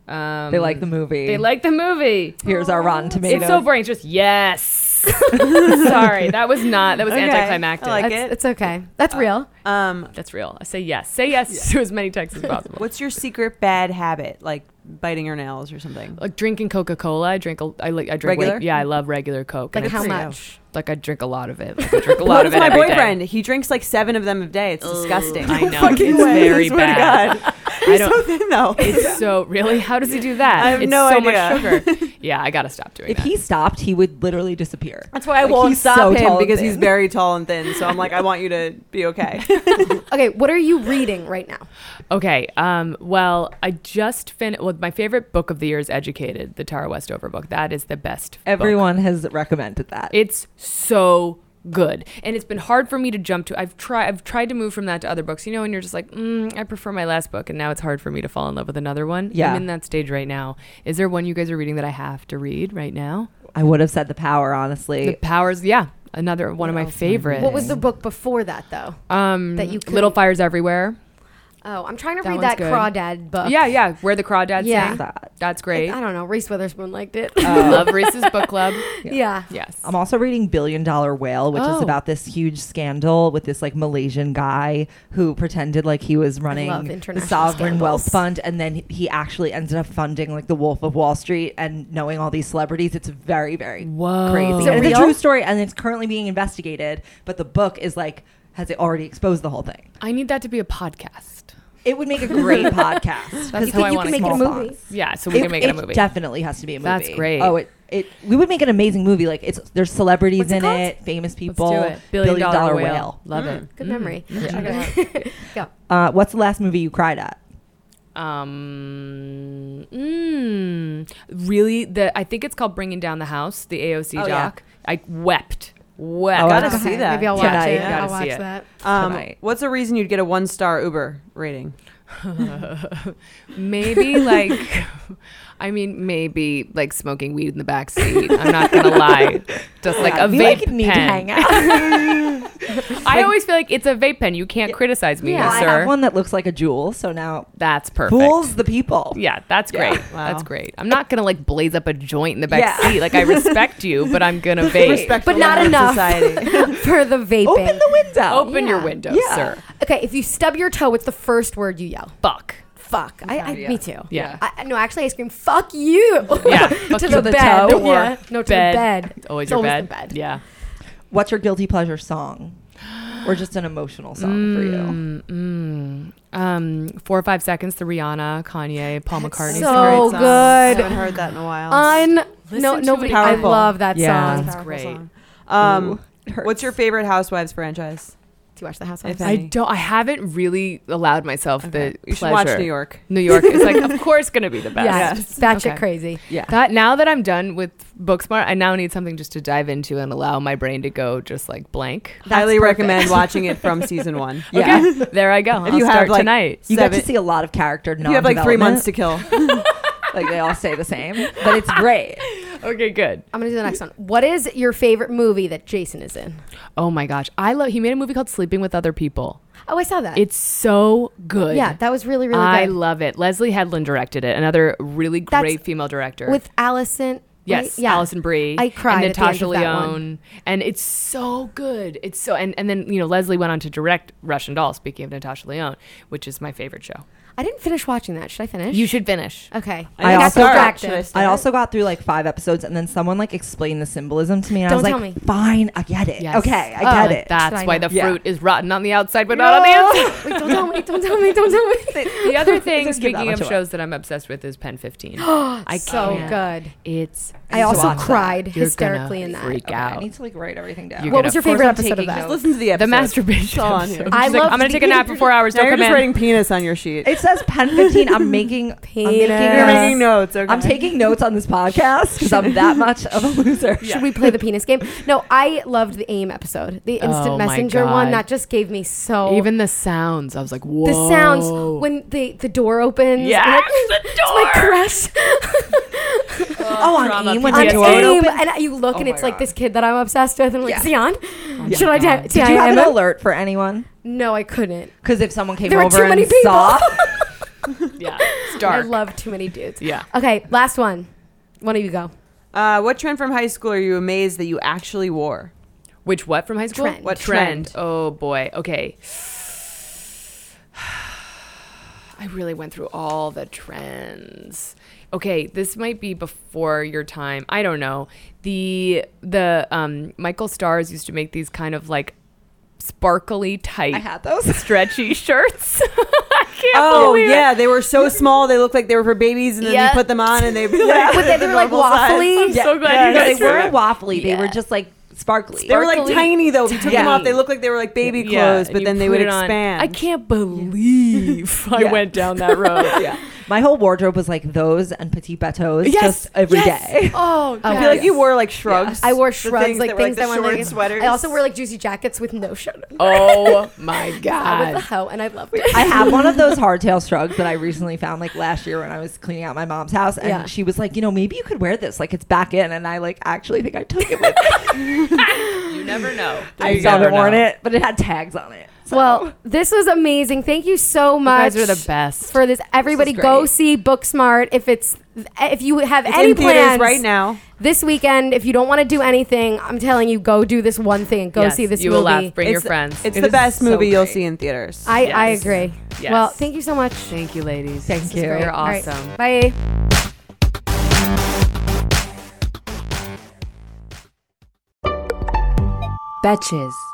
[SPEAKER 6] Um,
[SPEAKER 3] They like the movie.
[SPEAKER 6] They like the movie.
[SPEAKER 3] Here's our Rotten Tomatoes.
[SPEAKER 6] It's so boring. It's just yes. Sorry, that was not that was
[SPEAKER 1] Okay,
[SPEAKER 6] anticlimactic.
[SPEAKER 1] I like
[SPEAKER 2] That's, it's okay. That's real.
[SPEAKER 1] Um,
[SPEAKER 6] That's real. I say yes. Say yes to as many texts as possible.
[SPEAKER 1] what's your secret bad habit? Like biting your nails or something?
[SPEAKER 6] Like drinking Coca Cola, I drink. A, I like. I drink. way-
[SPEAKER 1] Regular?
[SPEAKER 6] yeah, I love regular Coke. and
[SPEAKER 2] Like
[SPEAKER 6] it's-
[SPEAKER 2] how
[SPEAKER 1] for you.
[SPEAKER 2] much?
[SPEAKER 6] Like I drink a lot of it. Like, I drink a
[SPEAKER 1] What
[SPEAKER 6] lot of
[SPEAKER 1] if
[SPEAKER 6] it.
[SPEAKER 1] my
[SPEAKER 6] every day.
[SPEAKER 1] boyfriend? He drinks like seven of them a day. It's disgusting.
[SPEAKER 6] I know. it's very bad. I
[SPEAKER 1] He's
[SPEAKER 6] don't.
[SPEAKER 1] so thin though.
[SPEAKER 6] It's so really. How does he do that?
[SPEAKER 1] I have
[SPEAKER 6] it's
[SPEAKER 1] no
[SPEAKER 6] so
[SPEAKER 1] idea.
[SPEAKER 6] much sugar. yeah, I gotta stop doing
[SPEAKER 3] if
[SPEAKER 6] that.
[SPEAKER 3] he stopped, he would literally disappear.
[SPEAKER 1] That's why I
[SPEAKER 3] Like,
[SPEAKER 1] won't
[SPEAKER 3] he's
[SPEAKER 1] stop
[SPEAKER 3] so tall
[SPEAKER 1] him
[SPEAKER 3] and
[SPEAKER 1] because he's
[SPEAKER 3] thin.
[SPEAKER 1] very tall and thin. So I'm like, I want you to be okay.
[SPEAKER 2] Okay, what are you reading right now?
[SPEAKER 6] Okay. Um, well, I just finished. Well, my favorite book of the year is Educated, the Tara Westover book. That is the best. book.
[SPEAKER 3] Everyone has recommended that.
[SPEAKER 6] It's so good, and it's been hard for me to jump to. I've tried. I've tried to move from that to other books. You know, and you're just like, mm, I prefer my last book, and now it's hard for me to fall in love with another one.
[SPEAKER 3] Yeah.
[SPEAKER 6] I'm in that stage right now. Is there one you guys are reading that I have to read right now?
[SPEAKER 3] I would have said The Power, honestly.
[SPEAKER 6] The Powers. Yeah, another one of my favorites.
[SPEAKER 2] What was the book before that though?
[SPEAKER 6] um
[SPEAKER 2] that you
[SPEAKER 6] Little
[SPEAKER 2] couldn't-
[SPEAKER 6] Fires Everywhere?
[SPEAKER 2] Oh, I'm trying to
[SPEAKER 6] That
[SPEAKER 2] read
[SPEAKER 6] one's
[SPEAKER 2] that
[SPEAKER 6] good.
[SPEAKER 2] crawdad book.
[SPEAKER 6] Yeah, yeah. Where the Crawdads
[SPEAKER 2] Yeah.
[SPEAKER 6] Sing.
[SPEAKER 3] That.
[SPEAKER 6] That's great.
[SPEAKER 2] I don't know. Reese Witherspoon liked it.
[SPEAKER 6] I Uh, love Reese's book club.
[SPEAKER 2] yeah.
[SPEAKER 6] Yes.
[SPEAKER 3] I'm also reading Billion Dollar Whale, which
[SPEAKER 6] Oh.
[SPEAKER 3] is about this huge scandal with this like Malaysian guy who pretended like he was
[SPEAKER 2] love
[SPEAKER 3] running the
[SPEAKER 2] international
[SPEAKER 3] sovereign wealth
[SPEAKER 2] scandals.
[SPEAKER 3] fund, and then he actually ended up funding like the Wolf of Wall Street and knowing all these celebrities. It's very, very
[SPEAKER 6] Whoa.
[SPEAKER 3] crazy.
[SPEAKER 6] Is
[SPEAKER 2] it
[SPEAKER 3] And it's a
[SPEAKER 2] real?
[SPEAKER 3] true story, and it's currently being investigated. But the book is like has it already exposed the whole thing?
[SPEAKER 6] I need that to be a podcast.
[SPEAKER 3] It would make a great podcast.
[SPEAKER 6] That's
[SPEAKER 3] you
[SPEAKER 6] how
[SPEAKER 3] could-
[SPEAKER 6] I
[SPEAKER 3] you
[SPEAKER 6] want
[SPEAKER 3] can
[SPEAKER 6] a
[SPEAKER 3] make it a
[SPEAKER 6] small
[SPEAKER 3] movie.
[SPEAKER 6] Yeah, so we can make it a movie.
[SPEAKER 3] definitely has to be a movie.
[SPEAKER 6] That's great.
[SPEAKER 3] Oh, it, it we would make an amazing movie. Like it's there's celebrities
[SPEAKER 2] What's it
[SPEAKER 3] in
[SPEAKER 2] called?
[SPEAKER 3] it, famous people.
[SPEAKER 6] Let's do it. Billion dollar whale. Mm. Love it.
[SPEAKER 2] Good memory. Go.
[SPEAKER 3] Uh, what's the last movie you cried at?
[SPEAKER 6] Um, mm, really, the I think it's called Bringing Down the House, the AOC
[SPEAKER 3] Oh, yeah.
[SPEAKER 6] doc. I wept, wept.
[SPEAKER 3] Oh,
[SPEAKER 1] Gotta
[SPEAKER 3] Okay.
[SPEAKER 1] see that.
[SPEAKER 2] Maybe I'll watch
[SPEAKER 3] Tonight.
[SPEAKER 2] it.
[SPEAKER 6] Gotta
[SPEAKER 2] I'll
[SPEAKER 6] see
[SPEAKER 2] watch
[SPEAKER 6] it.
[SPEAKER 2] that.
[SPEAKER 1] Um,
[SPEAKER 3] Tonight.
[SPEAKER 1] what's a reason you'd get a one star Uber rating?
[SPEAKER 3] Oh,
[SPEAKER 6] maybe like, I mean, maybe like smoking weed in the back seat. I'm not gonna lie, just like a
[SPEAKER 3] we
[SPEAKER 6] vape
[SPEAKER 3] like
[SPEAKER 6] pen.
[SPEAKER 3] need to hang out.
[SPEAKER 6] I always feel like it's a vape pen. You can't criticize me,
[SPEAKER 3] I
[SPEAKER 6] sir.
[SPEAKER 3] have one that looks like a jewel, so now
[SPEAKER 6] That's perfect.
[SPEAKER 3] fools the people.
[SPEAKER 6] Yeah, that's great.
[SPEAKER 1] Wow.
[SPEAKER 6] That's great. I'm not gonna like blaze up a joint in the back
[SPEAKER 3] Yeah.
[SPEAKER 6] seat. Like I respect you, but I'm gonna vape.
[SPEAKER 1] Respectful
[SPEAKER 2] But not
[SPEAKER 1] level of
[SPEAKER 2] enough
[SPEAKER 1] Society.
[SPEAKER 2] for the vaping.
[SPEAKER 3] Open the window.
[SPEAKER 6] Open your
[SPEAKER 2] Yeah.
[SPEAKER 6] window,
[SPEAKER 3] Yeah.
[SPEAKER 6] sir.
[SPEAKER 2] Okay, if you stub your toe, what's the first word you yell?
[SPEAKER 6] Fuck.
[SPEAKER 2] Fuck. I, I Me too.
[SPEAKER 6] Yeah.
[SPEAKER 2] I, no, actually, I scream "fuck you"
[SPEAKER 6] Yeah.
[SPEAKER 2] to
[SPEAKER 6] Fuck
[SPEAKER 2] the,
[SPEAKER 6] you. To the
[SPEAKER 2] bed
[SPEAKER 6] toe or
[SPEAKER 2] yeah. no to
[SPEAKER 6] bed.
[SPEAKER 2] the bed.
[SPEAKER 6] It's always
[SPEAKER 2] It's
[SPEAKER 6] your
[SPEAKER 2] always
[SPEAKER 6] bed.
[SPEAKER 2] the bed.
[SPEAKER 6] Yeah.
[SPEAKER 3] What's your guilty pleasure song? Or just an emotional song for
[SPEAKER 6] Mm.
[SPEAKER 3] you?
[SPEAKER 6] Um, four or five seconds. The Rihanna, Kanye, Paul McCartney.
[SPEAKER 2] So
[SPEAKER 1] I
[SPEAKER 2] good.
[SPEAKER 1] haven't heard that in a while.
[SPEAKER 2] Un. No,
[SPEAKER 6] to
[SPEAKER 2] nobody.
[SPEAKER 6] it.
[SPEAKER 2] I
[SPEAKER 1] Powerful.
[SPEAKER 2] love that
[SPEAKER 6] Yeah.
[SPEAKER 2] song.
[SPEAKER 6] That's great.
[SPEAKER 1] um,
[SPEAKER 3] It hurts.
[SPEAKER 1] what's your favorite Housewives franchise?
[SPEAKER 2] Do you watch the
[SPEAKER 1] If
[SPEAKER 2] Housewives?
[SPEAKER 6] I
[SPEAKER 1] any?
[SPEAKER 6] don't. I haven't really allowed myself the
[SPEAKER 1] You should
[SPEAKER 6] Uh, pleasure.
[SPEAKER 1] watch New York.
[SPEAKER 6] New York is like, of course, gonna be the best.
[SPEAKER 2] Yeah, it's batshit
[SPEAKER 6] Okay.
[SPEAKER 2] crazy.
[SPEAKER 1] Yeah.
[SPEAKER 6] That now that I'm done with Booksmart, I now need something just to dive into and allow my brain to go just like blank.
[SPEAKER 1] Highly recommend watching it from season one.
[SPEAKER 6] Yeah, there I go. I'll
[SPEAKER 1] you have,
[SPEAKER 6] start
[SPEAKER 1] like,
[SPEAKER 6] tonight.
[SPEAKER 3] You
[SPEAKER 1] Seven-
[SPEAKER 3] get to see a lot of character.
[SPEAKER 1] You have like three months to kill.
[SPEAKER 3] like they all stay the same, but it's great.
[SPEAKER 6] Okay, good.
[SPEAKER 2] I'm gonna do the next one. What is your favorite movie that Jason is in?
[SPEAKER 6] Oh my gosh, I love. He made a movie called Sleeping with Other People.
[SPEAKER 2] Oh, I saw that.
[SPEAKER 6] It's so good.
[SPEAKER 2] yeah, that was really really
[SPEAKER 6] I
[SPEAKER 2] good.
[SPEAKER 6] love it. Leslie Headland directed it. Another really great
[SPEAKER 2] That's-
[SPEAKER 6] female director.
[SPEAKER 2] with Allison.
[SPEAKER 6] Yes,
[SPEAKER 2] right? yeah.
[SPEAKER 6] Allison Brie.
[SPEAKER 2] I cried
[SPEAKER 6] And
[SPEAKER 2] at the end
[SPEAKER 6] Natasha
[SPEAKER 2] of that
[SPEAKER 6] Leone.
[SPEAKER 2] one.
[SPEAKER 6] And it's so good. It's so and, and then you know Leslie went on to direct Russian Doll. Speaking of Natasha Leone, which is my favorite show.
[SPEAKER 2] I didn't finish watching that. Should I finish?
[SPEAKER 6] You should finish.
[SPEAKER 2] Okay.
[SPEAKER 1] I
[SPEAKER 2] got
[SPEAKER 1] also-
[SPEAKER 2] distracted.
[SPEAKER 1] Should I start?
[SPEAKER 3] I also got through like five episodes, and then someone like explained the symbolism to me, and I
[SPEAKER 2] Don't
[SPEAKER 3] was like,
[SPEAKER 2] tell me.
[SPEAKER 3] "Fine, I get it.
[SPEAKER 6] Yes.
[SPEAKER 3] Okay, I
[SPEAKER 2] Oh,
[SPEAKER 3] get it."
[SPEAKER 6] That's
[SPEAKER 2] I
[SPEAKER 6] why
[SPEAKER 2] know?
[SPEAKER 6] the
[SPEAKER 1] Yeah.
[SPEAKER 6] fruit is rotten on the outside but not on the inside.
[SPEAKER 2] Wait, don't tell me. Don't tell me. Don't tell me.
[SPEAKER 6] The other thing,
[SPEAKER 3] Just give that
[SPEAKER 6] speaking
[SPEAKER 3] much
[SPEAKER 6] of
[SPEAKER 3] away.
[SPEAKER 6] shows that I'm obsessed with, is Pen 15. I
[SPEAKER 2] so
[SPEAKER 6] can't.
[SPEAKER 2] good.
[SPEAKER 6] It's
[SPEAKER 2] I also
[SPEAKER 3] watch that.
[SPEAKER 2] cried
[SPEAKER 6] you're
[SPEAKER 2] hysterically
[SPEAKER 6] gonna
[SPEAKER 2] in that.
[SPEAKER 6] Freak
[SPEAKER 3] Okay, I
[SPEAKER 6] out.
[SPEAKER 3] need to like write everything down.
[SPEAKER 6] You're
[SPEAKER 2] What
[SPEAKER 6] gonna-
[SPEAKER 2] was your
[SPEAKER 6] Of course
[SPEAKER 2] favorite
[SPEAKER 3] I'm
[SPEAKER 2] episode of
[SPEAKER 3] taking
[SPEAKER 2] that?
[SPEAKER 3] notes.
[SPEAKER 1] listen to the
[SPEAKER 6] the
[SPEAKER 1] episode.
[SPEAKER 6] masturbation.
[SPEAKER 1] all on
[SPEAKER 6] episode.
[SPEAKER 1] here.
[SPEAKER 6] She's
[SPEAKER 2] I
[SPEAKER 6] like,
[SPEAKER 2] love
[SPEAKER 6] I'm gonna
[SPEAKER 2] the-
[SPEAKER 6] take a nap for four hours.
[SPEAKER 1] Now
[SPEAKER 6] Don't
[SPEAKER 1] you're
[SPEAKER 6] come
[SPEAKER 1] just
[SPEAKER 6] in.
[SPEAKER 1] writing penis on your sheet.
[SPEAKER 3] It says pen fifteen. I'm making. I'm making,
[SPEAKER 1] You're
[SPEAKER 2] Penis.
[SPEAKER 3] uh,
[SPEAKER 1] making notes. Okay.
[SPEAKER 3] I'm taking notes on this podcast because I'm that much of a loser.
[SPEAKER 2] Should we play the penis game? No, I loved the AIM episode, the instant
[SPEAKER 6] Oh my
[SPEAKER 2] messenger one.
[SPEAKER 6] God.
[SPEAKER 2] That just gave me so
[SPEAKER 6] Even the sounds, I was like, whoa.
[SPEAKER 2] the sounds when the the door opens. and
[SPEAKER 6] Yes,
[SPEAKER 2] it-
[SPEAKER 6] the
[SPEAKER 2] it's my crush.
[SPEAKER 3] Oh, on
[SPEAKER 6] trauma,
[SPEAKER 3] AIM when
[SPEAKER 2] On
[SPEAKER 3] the door
[SPEAKER 2] AIM,
[SPEAKER 3] opens.
[SPEAKER 2] and you look, and
[SPEAKER 3] my
[SPEAKER 2] it's like
[SPEAKER 3] God.
[SPEAKER 2] this kid that I'm obsessed with. and I'm like, Zion, should
[SPEAKER 6] my
[SPEAKER 2] I
[SPEAKER 6] God.
[SPEAKER 2] di-
[SPEAKER 3] Did you have an
[SPEAKER 2] him?
[SPEAKER 3] alert for anyone?
[SPEAKER 2] No, I couldn't.
[SPEAKER 3] Because if someone came
[SPEAKER 2] There were
[SPEAKER 3] over
[SPEAKER 2] too
[SPEAKER 3] and
[SPEAKER 2] many people.
[SPEAKER 3] saw,
[SPEAKER 6] Yeah. It's
[SPEAKER 2] I
[SPEAKER 6] dark.
[SPEAKER 2] love too many dudes.
[SPEAKER 6] Yeah.
[SPEAKER 2] Okay, last one. One of you go.
[SPEAKER 1] Uh, what trend from high school are you amazed that you actually wore?
[SPEAKER 6] Which what from high school?
[SPEAKER 2] Trend.
[SPEAKER 6] What
[SPEAKER 1] Trend.
[SPEAKER 6] trend? Oh boy. Okay. I really went through all the trends. Okay, this might be before your time. I don't know. The the um Michael Stars used to make these kind of like sparkly tight
[SPEAKER 3] I had those.
[SPEAKER 6] stretchy shirts. I can't
[SPEAKER 1] Oh
[SPEAKER 6] believe it.
[SPEAKER 1] yeah, they were so small. They looked like they were for babies, and then
[SPEAKER 6] Yeah.
[SPEAKER 1] you put them on, and they'd be like,
[SPEAKER 2] But they, they were like
[SPEAKER 1] normal size.
[SPEAKER 2] waffly.
[SPEAKER 6] I'm so glad you
[SPEAKER 3] No,
[SPEAKER 6] guys
[SPEAKER 3] they
[SPEAKER 6] were-
[SPEAKER 3] weren't waffly. They were just like sparkly.
[SPEAKER 1] They were like tiny though. If you took them
[SPEAKER 3] Tiny.
[SPEAKER 1] off, they looked like they were like baby
[SPEAKER 6] Yeah,
[SPEAKER 1] clothes, but
[SPEAKER 6] you
[SPEAKER 1] then they
[SPEAKER 6] put
[SPEAKER 1] would
[SPEAKER 6] it on.
[SPEAKER 1] expand.
[SPEAKER 6] I can't believe I
[SPEAKER 3] Yeah.
[SPEAKER 6] went down that road. yeah.
[SPEAKER 3] My whole wardrobe was like those and petit bateaus
[SPEAKER 6] Yes,
[SPEAKER 3] just every day.
[SPEAKER 6] yes. Oh,
[SPEAKER 1] I
[SPEAKER 6] yes.
[SPEAKER 1] feel like you wore like shrugs.
[SPEAKER 2] I wore
[SPEAKER 1] The
[SPEAKER 2] shrugs, like
[SPEAKER 1] that were,
[SPEAKER 2] things
[SPEAKER 1] the
[SPEAKER 2] that went
[SPEAKER 1] short
[SPEAKER 2] like-
[SPEAKER 1] sweaters.
[SPEAKER 2] I also wore like juicy jackets with no shirt.
[SPEAKER 6] Oh my
[SPEAKER 2] I was a
[SPEAKER 6] god.
[SPEAKER 2] hoe, and I loved it.
[SPEAKER 3] I have one of those hardtail shrugs that I recently found like last year when I was cleaning out my mom's house, and
[SPEAKER 2] Yeah.
[SPEAKER 3] she was like, you know, maybe you could wear this, like it's back in, and I like actually think I took it. With me.
[SPEAKER 6] You never know.
[SPEAKER 3] I still haven't worn it, but it had tags on it. So.
[SPEAKER 2] Well, this was amazing. Thank you so much.
[SPEAKER 6] guys are the best.
[SPEAKER 2] for this. Everybody,
[SPEAKER 3] great.
[SPEAKER 2] go see Booksmart if it's if you have
[SPEAKER 1] It's
[SPEAKER 2] any
[SPEAKER 1] in theaters
[SPEAKER 2] plans
[SPEAKER 1] right now.
[SPEAKER 2] this weekend. If you don't want to do anything, I'm telling you, go do this one thing. Go see this
[SPEAKER 6] You
[SPEAKER 2] movie.
[SPEAKER 6] will laugh. Bring your
[SPEAKER 1] It's-
[SPEAKER 6] friends.
[SPEAKER 1] It's
[SPEAKER 3] It
[SPEAKER 1] the
[SPEAKER 3] is
[SPEAKER 1] best
[SPEAKER 3] so
[SPEAKER 1] movie you'll
[SPEAKER 3] great.
[SPEAKER 1] see in theaters.
[SPEAKER 2] I I
[SPEAKER 6] Yes.
[SPEAKER 2] agree.
[SPEAKER 6] Yes.
[SPEAKER 2] Well, thank you so much.
[SPEAKER 6] Thank you, ladies.
[SPEAKER 3] Thank you.
[SPEAKER 6] You're
[SPEAKER 2] All right.
[SPEAKER 6] awesome.
[SPEAKER 2] Bye.
[SPEAKER 8] Betches.